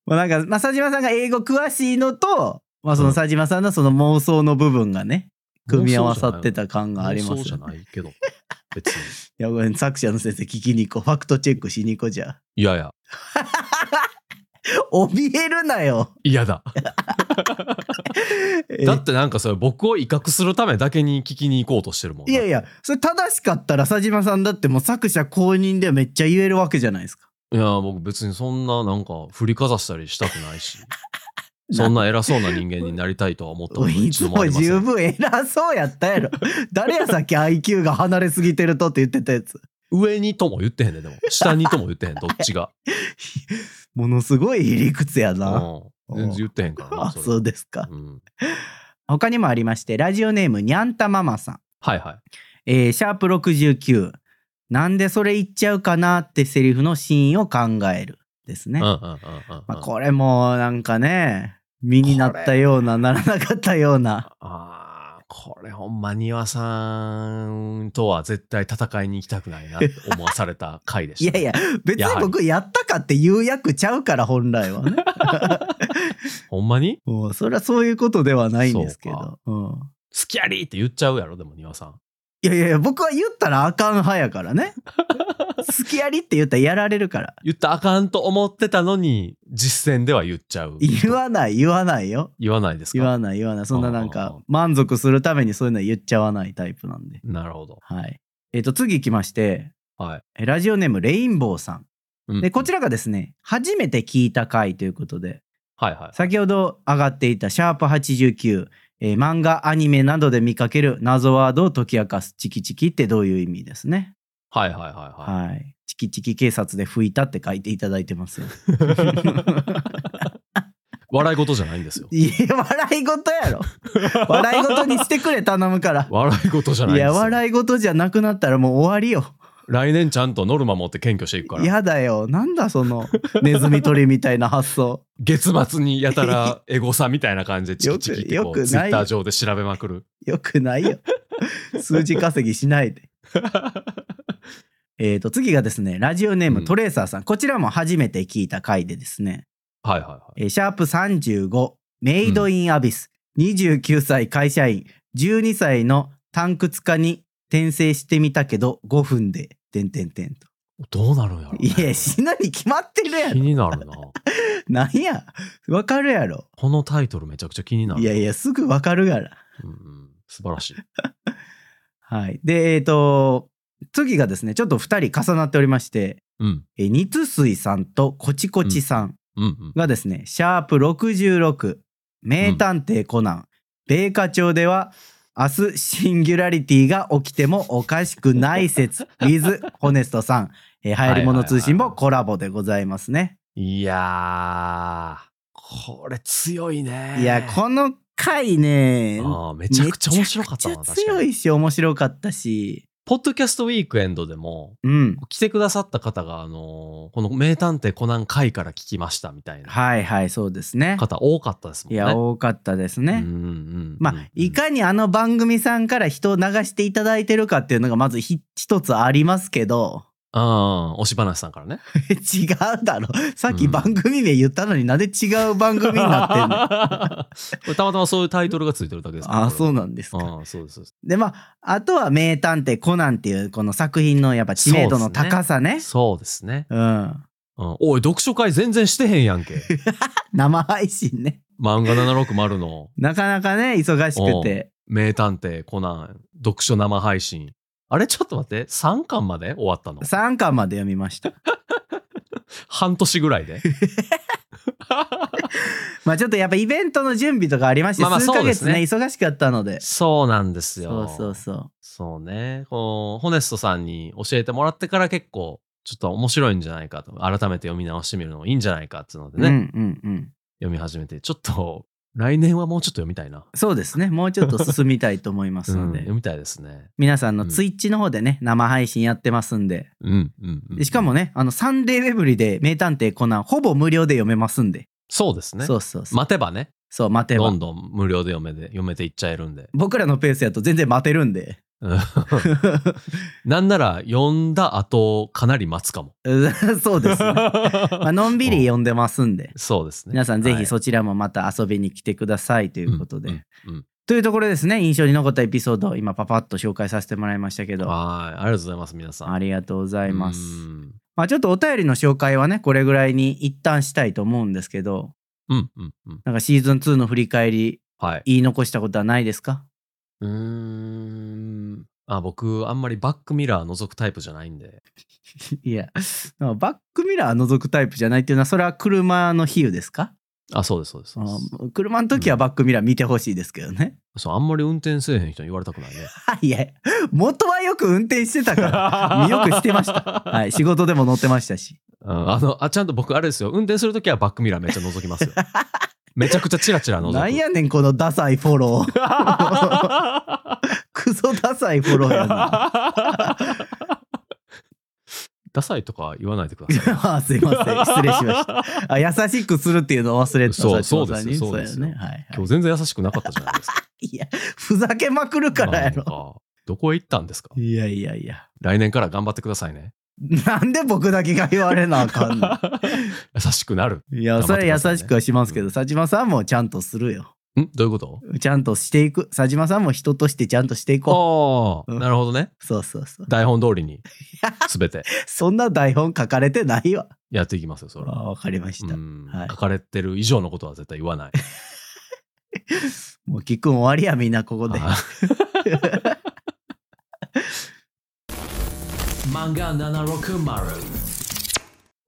S2: もうなんか、まあ、佐島さんが英語詳しいのと、まあ、その佐島さんのその妄想の部分がね、 組み合わさってた感があります
S1: そうじゃ
S2: よね。
S1: ないけど別に
S2: いや、これ作者の先生聞きに行こう。ファクトチェックしに行こうじ ゃあ。
S1: いやいや
S2: 怯えるなよ。
S1: 嫌だ
S2: え
S1: だってなんかそれ僕を威嚇するためだけに聞きに行こうとしてるもん
S2: いやい
S1: や
S2: や、それ正しかったら佐島さんだってもう作者公認でめっちゃ言えるわけじゃないですか。
S1: いや僕別にそんななんか振りかざしたりしたくない しそんな偉そうな人間になりたいとは思ったこと
S2: い
S1: 一
S2: つ
S1: 度もあ
S2: も
S1: りません
S2: 十分偉そうやったやろ。 誰やさっき IQ が離れすぎてるとって言ってたやつ。
S1: 上にとも言ってへんねでも下にとも言ってへんどっちが、
S2: ものすごい理理屈やな。
S1: うん、全然言ってへんから
S2: あ
S1: な
S2: そ
S1: れ
S2: うですか。
S1: うん、
S2: 他にもありまして、ラジオネームにゃんたママさん。
S1: はいはい
S2: えーシャープ69。なんでそれ言っちゃうかなってセリフのシーンを考える。ですね。
S1: うんうん
S2: ま
S1: うんうんうん
S2: あ、これもなんかね、身になったような、ならなかったような。
S1: あーこれほんま庭さんとは絶対戦いに行きたくないなっ て思わされた回で
S2: い
S1: した、
S2: やいや、別
S1: や
S2: に
S1: はり
S2: 僕やったかって言う役ちゃうから、本来はね。
S1: ほんまに
S2: もう、それはそういうことではないんですけど。うん。
S1: 好きやりって言っちゃうやろでも庭さん
S2: いやいやいや、僕は言ったらあかん派やから ね。好きやりって言ったらやられるから。
S1: 言ったらあかんと思ってたのに実践では言っちゃう
S2: 言わない、言わないよ。
S1: 言わないです
S2: 言
S1: か
S2: わない、言わない。そんななん
S1: あああ
S2: か
S1: あ、
S2: 満足するためにそういうのは言っちゃわないタイプなんで。
S1: なるほど
S2: はい。えっ、と、次行きまして、
S1: はい、
S2: えラジオネーム、レインボーさん。
S1: うん
S2: で、こちらがですね、初めて聞いた回ということで、
S1: はいはい
S2: 先ほど上がっていたシャープ89、えー漫画アニメなどで見かける謎ワードを解き明かすチキチキってどういう意味ですね
S1: はいはいはいはい
S2: はい、チキチキ警察で拭いたって書いていただい てますよ
S1: 笑い事じゃないんですよ
S2: いや笑い事やろ笑い事にしてくれ頼むから
S1: 笑い事じゃないんです
S2: いや
S1: よ
S2: 笑い事じゃなくなったらもう終わりよ
S1: 来年ちゃんとノルマ持って検挙していくから
S2: やだよなんだそのネズミ捕りみたいな発 想
S1: 月末にやた らエゴサみたいな感じでチキチキってこ
S2: よく
S1: う
S2: よく
S1: ツイ
S2: ない
S1: ッター上で調べまくる
S2: よくないよ数字稼ぎしない でえー、と次がですねラジオネー
S1: う
S2: ム
S1: ん
S2: トレーサーさん、こちらも初めて聞いた回でですね、
S1: はいはいはい。
S2: えーシャープ35メイドインアビス、29歳会社員12歳の探掘家に転生してみたけど5分で点点点と
S1: どうなるんやろ、
S2: いや死ぬに決まってるや
S1: 気
S2: ろ
S1: になるな。
S2: なんやわかるやろ
S1: このタイトルめちゃくちゃ気になる。
S2: いやいやすぐわかるから
S1: うんうん、素晴らしい。
S2: はいでえっ、と次がですねちょっと2人重なっておりまして、
S1: うん。
S2: えー、ニツスイさんとコチコチさん
S1: うんうん。
S2: がですね、シャープ66、名探偵コナン、米花町では、明日シンギュラリティが起きてもおかしくな い説、with ホネストさん、えー、流行り物通信もコラボでございますね。
S1: いやー、これ強いね。
S2: いや、この回ね、
S1: あーめちゃくちゃ面白かった
S2: め
S1: な、
S2: ちゃく
S1: 確
S2: ちゃ
S1: か
S2: 強
S1: に。
S2: いし、面白かったし、
S1: ポッドキャストウィークエンドでも、
S2: うん。
S1: 来てくださった方が、あのーこの名探偵コナン会から聞きましたみたいな
S2: はいはい、そうですね。
S1: 方多かったですもん
S2: い
S1: ね。
S2: や、多かったです
S1: うん
S2: ね。
S1: うんうん。
S2: まあ、いかにあの番組さんから人を流していただいてるかっていうのがまずひ一つありますけど、
S1: ああ、押し話さんからね。
S2: 違うだろ。さっき番組名言ったのになんで違う番組になってんの
S1: これたまたまそういうタイトルがついてるだけですから
S2: ああ、そう
S1: う
S2: なんですか。
S1: ああ、そうです。そうです
S2: で、まあ、あとは名探偵コナンっていうこの作品のやっぱ知名度の高さね。
S1: そうですね。
S2: うん。
S1: うん、おい、読書会全然してへんやんけ。
S2: 生配信ね。
S1: 漫画760の
S2: なかなかね、忙しくて。
S1: 名探偵コナン読書生配信。あれ、ちょっと待って、3巻まで終わ ったの
S2: 3巻まで読みました。
S1: 半年ぐらいで。
S2: まあちょっとやっぱイベントの準備とかありまして、
S1: まあまあ
S2: 数ヶ
S1: そうで
S2: 月
S1: す
S2: ね
S1: ね
S2: 忙しかったので。
S1: そうなんです
S2: そ
S1: よ。
S2: うそうそう。
S1: そうね。こう、ホネストさんに教えてもらってから結構、ちょっと面白いんじゃないかと、改めて読み直してみるのもいいんじゃないかっていうのでね、
S2: うんうんうん。
S1: 読み始めて、ちょっと、来年はもうちょっと読みたいな。
S2: そうですね。もうちょっと進みたいと思います
S1: うん
S2: ので。
S1: 読みたいですね。
S2: 皆さんの
S1: うん
S2: ツイッチの方でね、生配信やってますんで。
S1: うん、うん、うん
S2: でしかも、ね、あの、サンデーウェブリで名探偵コナンほぼ無料で読めますんで。
S1: そうですね。
S2: そうそうそう。
S1: 待てばね、
S2: そう、待て
S1: ど
S2: ば
S1: ん。どん無料で読めで読めていっちゃえるんで。
S2: 僕らのペースやと全然待てる んで。
S1: うんなんなら、読んだ後、かなり待つかも。
S2: そうです ね。まあのんびり読んでますんで。
S1: そうですね。
S2: 皆さんぜひ
S1: う
S2: そちらもまた遊びに来てくださいということで。
S1: んうんうん
S2: というところですね印象に残ったエピソードを今パパッと紹介させてもらいましたけどあ
S1: はい。ありがとうございます、皆さん。
S2: りがとうございます
S1: うん
S2: まあちょっとお便りの紹介はねこれぐらいに一旦したいと思うんですけど
S1: うん、うん、うん。
S2: なんかシーズン2の振り返り
S1: はい。
S2: 言い残したことはないですか
S1: うーん。あ、僕、あんまりバックミラー覗くタイプじゃないんで。
S2: いやなんかバックミラー覗くタイプじゃないっていうのはそれは車の比喩ですか
S1: あ、そうです、そうです。そうです
S2: あ車の時はバックミラー見てほしいですけどね、
S1: そう、あんまり運転せえへん人に言われたくないね。
S2: はいいや元はよく運転してた からよくしてました
S1: た。
S2: はい仕事でも乗ってましたし
S1: うん、あの、あ、ちゃんと僕、あれですよ。運転するときはバックミラーめっちゃ覗きますよ。めちゃくちゃチラチラ覗く。
S2: なんやねんこのダサいフォロー クソダサいフォローやな
S1: ダサいとか言わないでください。
S2: あすいません失礼しましたあ優しくするっていうのを忘れてた
S1: そう
S2: 佐藤さんに
S1: そうですよそうです
S2: そうやね
S1: よ
S2: はいは
S1: 今日全然優しくなかったじゃないですか。
S2: い、いやふざけまくるからや
S1: なん
S2: ろ
S1: かどこへ行ったんですか
S2: いやいやいや
S1: 来年から頑張ってくださいね。
S2: なんで僕だけが言われなあか んの
S1: 優しくなる。
S2: いやそれは優しくはしますけど佐島さんもちゃんとするよ
S1: んどういうこと
S2: ちゃんとしていく佐島さんも人としてちゃんとしていこ
S1: ああ、
S2: うん
S1: なるほどね。
S2: うそうそうそう
S1: 台本通りに、すべて
S2: そんな台本書かれてないわ
S1: やっていきますよ、それは。
S2: あわかりま した、
S1: うん
S2: はい
S1: 書かれてる以上のことは絶対言わない。
S2: もう聞くん終わりやみんなここで
S1: あ漫画760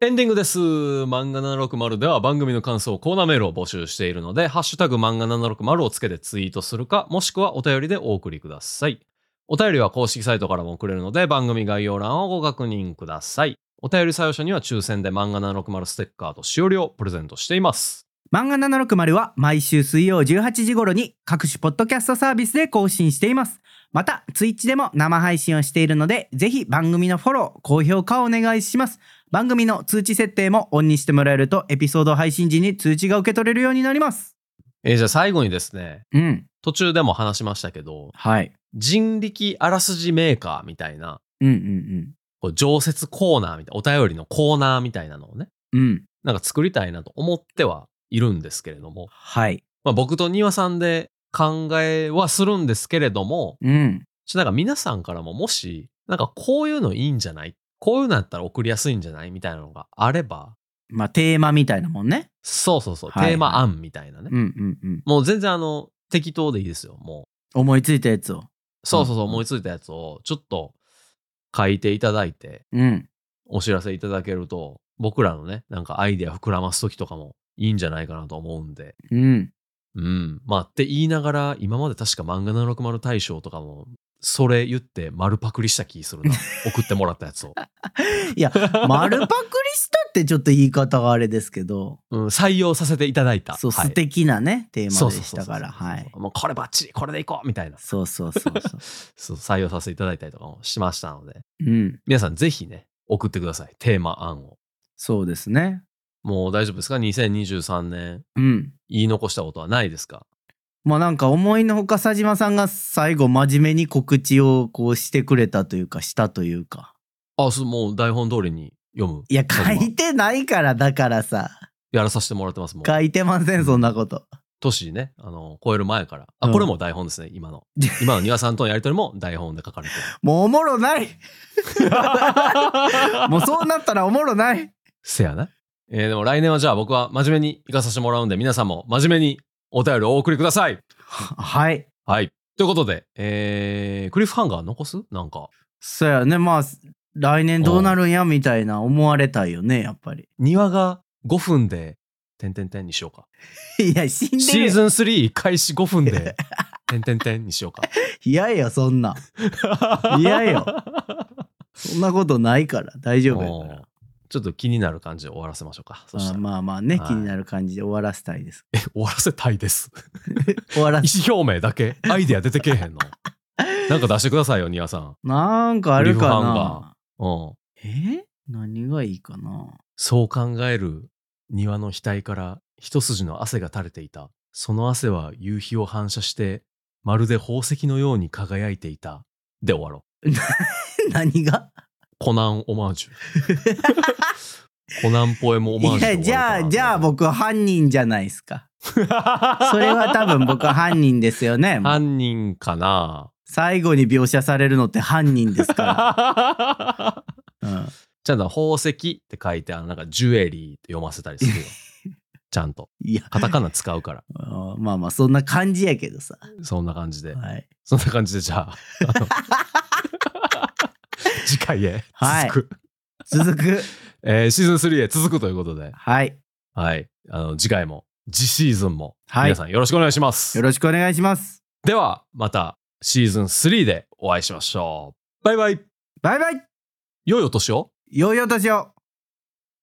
S1: エンディングです。漫画760では番組の感想、コーナーメールを募集しているので、ハッシュタグ漫画760をつけてツイートするか、もしくはお便りでお送りください。お便りは公式サイトからも送れるので、番組概要欄をご確認ください。お便り採用者には抽選で漫画760ステッカーとしおりをプレゼントしています。
S2: 漫画760は毎週水曜18時頃に各種ポッドキャストサービスで更新しています。また、ツイッチでも生配信をしているので、ぜひ番組のフォロー、高評価をお願いします。番組の通知設定もオンにしてもらえると、エピソード配信時に通知が受け取れるようになります。
S1: えーじゃあ最後にですね、
S2: うん。
S1: 途中でも話しましたけど、
S2: はい。
S1: 人力あらすじメーカーみたいな、
S2: うんうん
S1: こう常設コーナーみたいな、お便りのコーナーみたいなのをね、
S2: うん。うん。
S1: なんか作りたいなと思ってはいるんですけれども、
S2: はい。
S1: まあ、僕と庭さんで考えはするんですけれども、
S2: うん。
S1: ちょっとなんか皆さんからももし、なんかこういうのいいんじゃないこういうのやったら送りやすいんじゃないみたいなのがあれば、
S2: まあ、テーマみたいなもんね。
S1: そうそうそう、
S2: はいはい
S1: テーマ案みたいなね。
S2: うんうんうん。
S1: もう全然あの、適当でいいですよ、も
S2: 思いついたやつを。
S1: う。そうそうそう、
S2: うん
S1: 思いついたやつをちょっと書いていただいて、
S2: うん。
S1: お知らせいただけると、僕らのね、なんかアイデア膨らますときとかもいいんじゃないかなと思うんで。
S2: うん。
S1: うん。まあって言いながら、今まで確か漫画760大賞とかも、それ言って丸パクリした気す るな。送ってもらったやつを。
S2: いや、丸パクリしたってちょっと言い方があれですけど。
S1: うん、採用させていただいた。
S2: そう、
S1: はい
S2: 素敵なねテー
S1: そ
S2: マ
S1: う
S2: で
S1: そう
S2: し
S1: そう
S2: た
S1: そう
S2: からはい
S1: もうこれバッチリ、これでいこうみたいな。
S2: そうそうそうそう
S1: そう、採用させていただいたりとかもしましたので、
S2: うん
S1: 皆さんぜひね、送ってください。テーマ案を。
S2: そうですね
S1: もう大丈夫ですか ?2023 年、
S2: うん
S1: 言い残したことはないですか
S2: まあなんか思いのほか佐島さんが最後真面目に告知をこうしてくれたというかしたというか
S1: あ、そう、もう台本通りに読む。
S2: いや、
S1: そ
S2: 書
S1: れはい
S2: てないから、だからさ。
S1: やらさせてもらってます、もう。
S2: 書いてません、そんなこと。
S1: 年ね、あの、超える前から。あ、
S2: うん
S1: これも台本ですね、今 の。今の庭さんとのやりとりも台本で書かれてる。
S2: もうおもろない。 もうそうなったらおもろない。
S1: せやな。えーでも来年はじゃあ僕は真面目に行かさせてもらうんで、皆さんも真面目にお便りをお送りください。
S2: はい。
S1: はい。ということで、えー、クリフハンガー残すなんか、
S2: そうやね、まあ、来年どうなるんやみたいな思われたいよね、やっぱり。
S1: 庭が5分で、てんてんてんにしようか。
S2: いや、死ん で
S1: シー
S2: る
S1: ズン3開始5分 で、てんてんてんにしようか。
S2: 嫌よ、そんな。嫌よ。そんなことないから、大丈夫やから
S1: もうちょっと気になる感じで終わらせましょうか。そし
S2: あ
S1: たら
S2: まあまあね、
S1: はい
S2: 気になる感じで終わらせたいです。
S1: 終わらせたいです。
S2: 終わら
S1: 意
S2: せ
S1: 思表明だけアイデア出てけえへ んの。なんか出してくださいよ、庭さん。
S2: なんかある
S1: グ
S2: か
S1: リフハ
S2: な
S1: うん。
S2: え何がいいかな
S1: そう考える庭の額から一筋の汗が垂れていた。その汗は夕日を反射して、まるで宝石のように輝いていた。で終わろう。
S2: 何が
S1: コナンオマージ ュ。コナンポエムオ
S2: い
S1: マージュ
S2: や、
S1: で終
S2: じ
S1: わ
S2: ゃ
S1: ろうかな。
S2: あ、じゃあ僕は犯人じゃないです か。それは多分僕は犯人ですよね。
S1: 犯人かな
S2: 最後に描写されるのって犯人で すか
S1: ち
S2: ら。うん
S1: ゃんと宝石って書いて、あのなんかジュエリーって読ませたりするよ。 ちゃんと。
S2: いや、
S1: カタカナ使うから。
S2: あーまあまあ、そんな感じやけど さ。
S1: そんな感じで。
S2: はい。
S1: そんな感じでじゃあ、あ の次回へ
S2: はい
S1: 続く、
S2: 続く。
S1: えーシーズン3へ続くということで、
S2: はい。
S1: はい、あの次回も、次シーズンも、
S2: はい
S1: 皆さんよろしくお願いします。
S2: よろしくお願いします。
S1: では、またシーズン3でお会いしましょう。バイバイ。
S2: バイバイ
S1: 良いお年を。
S2: 良いお年を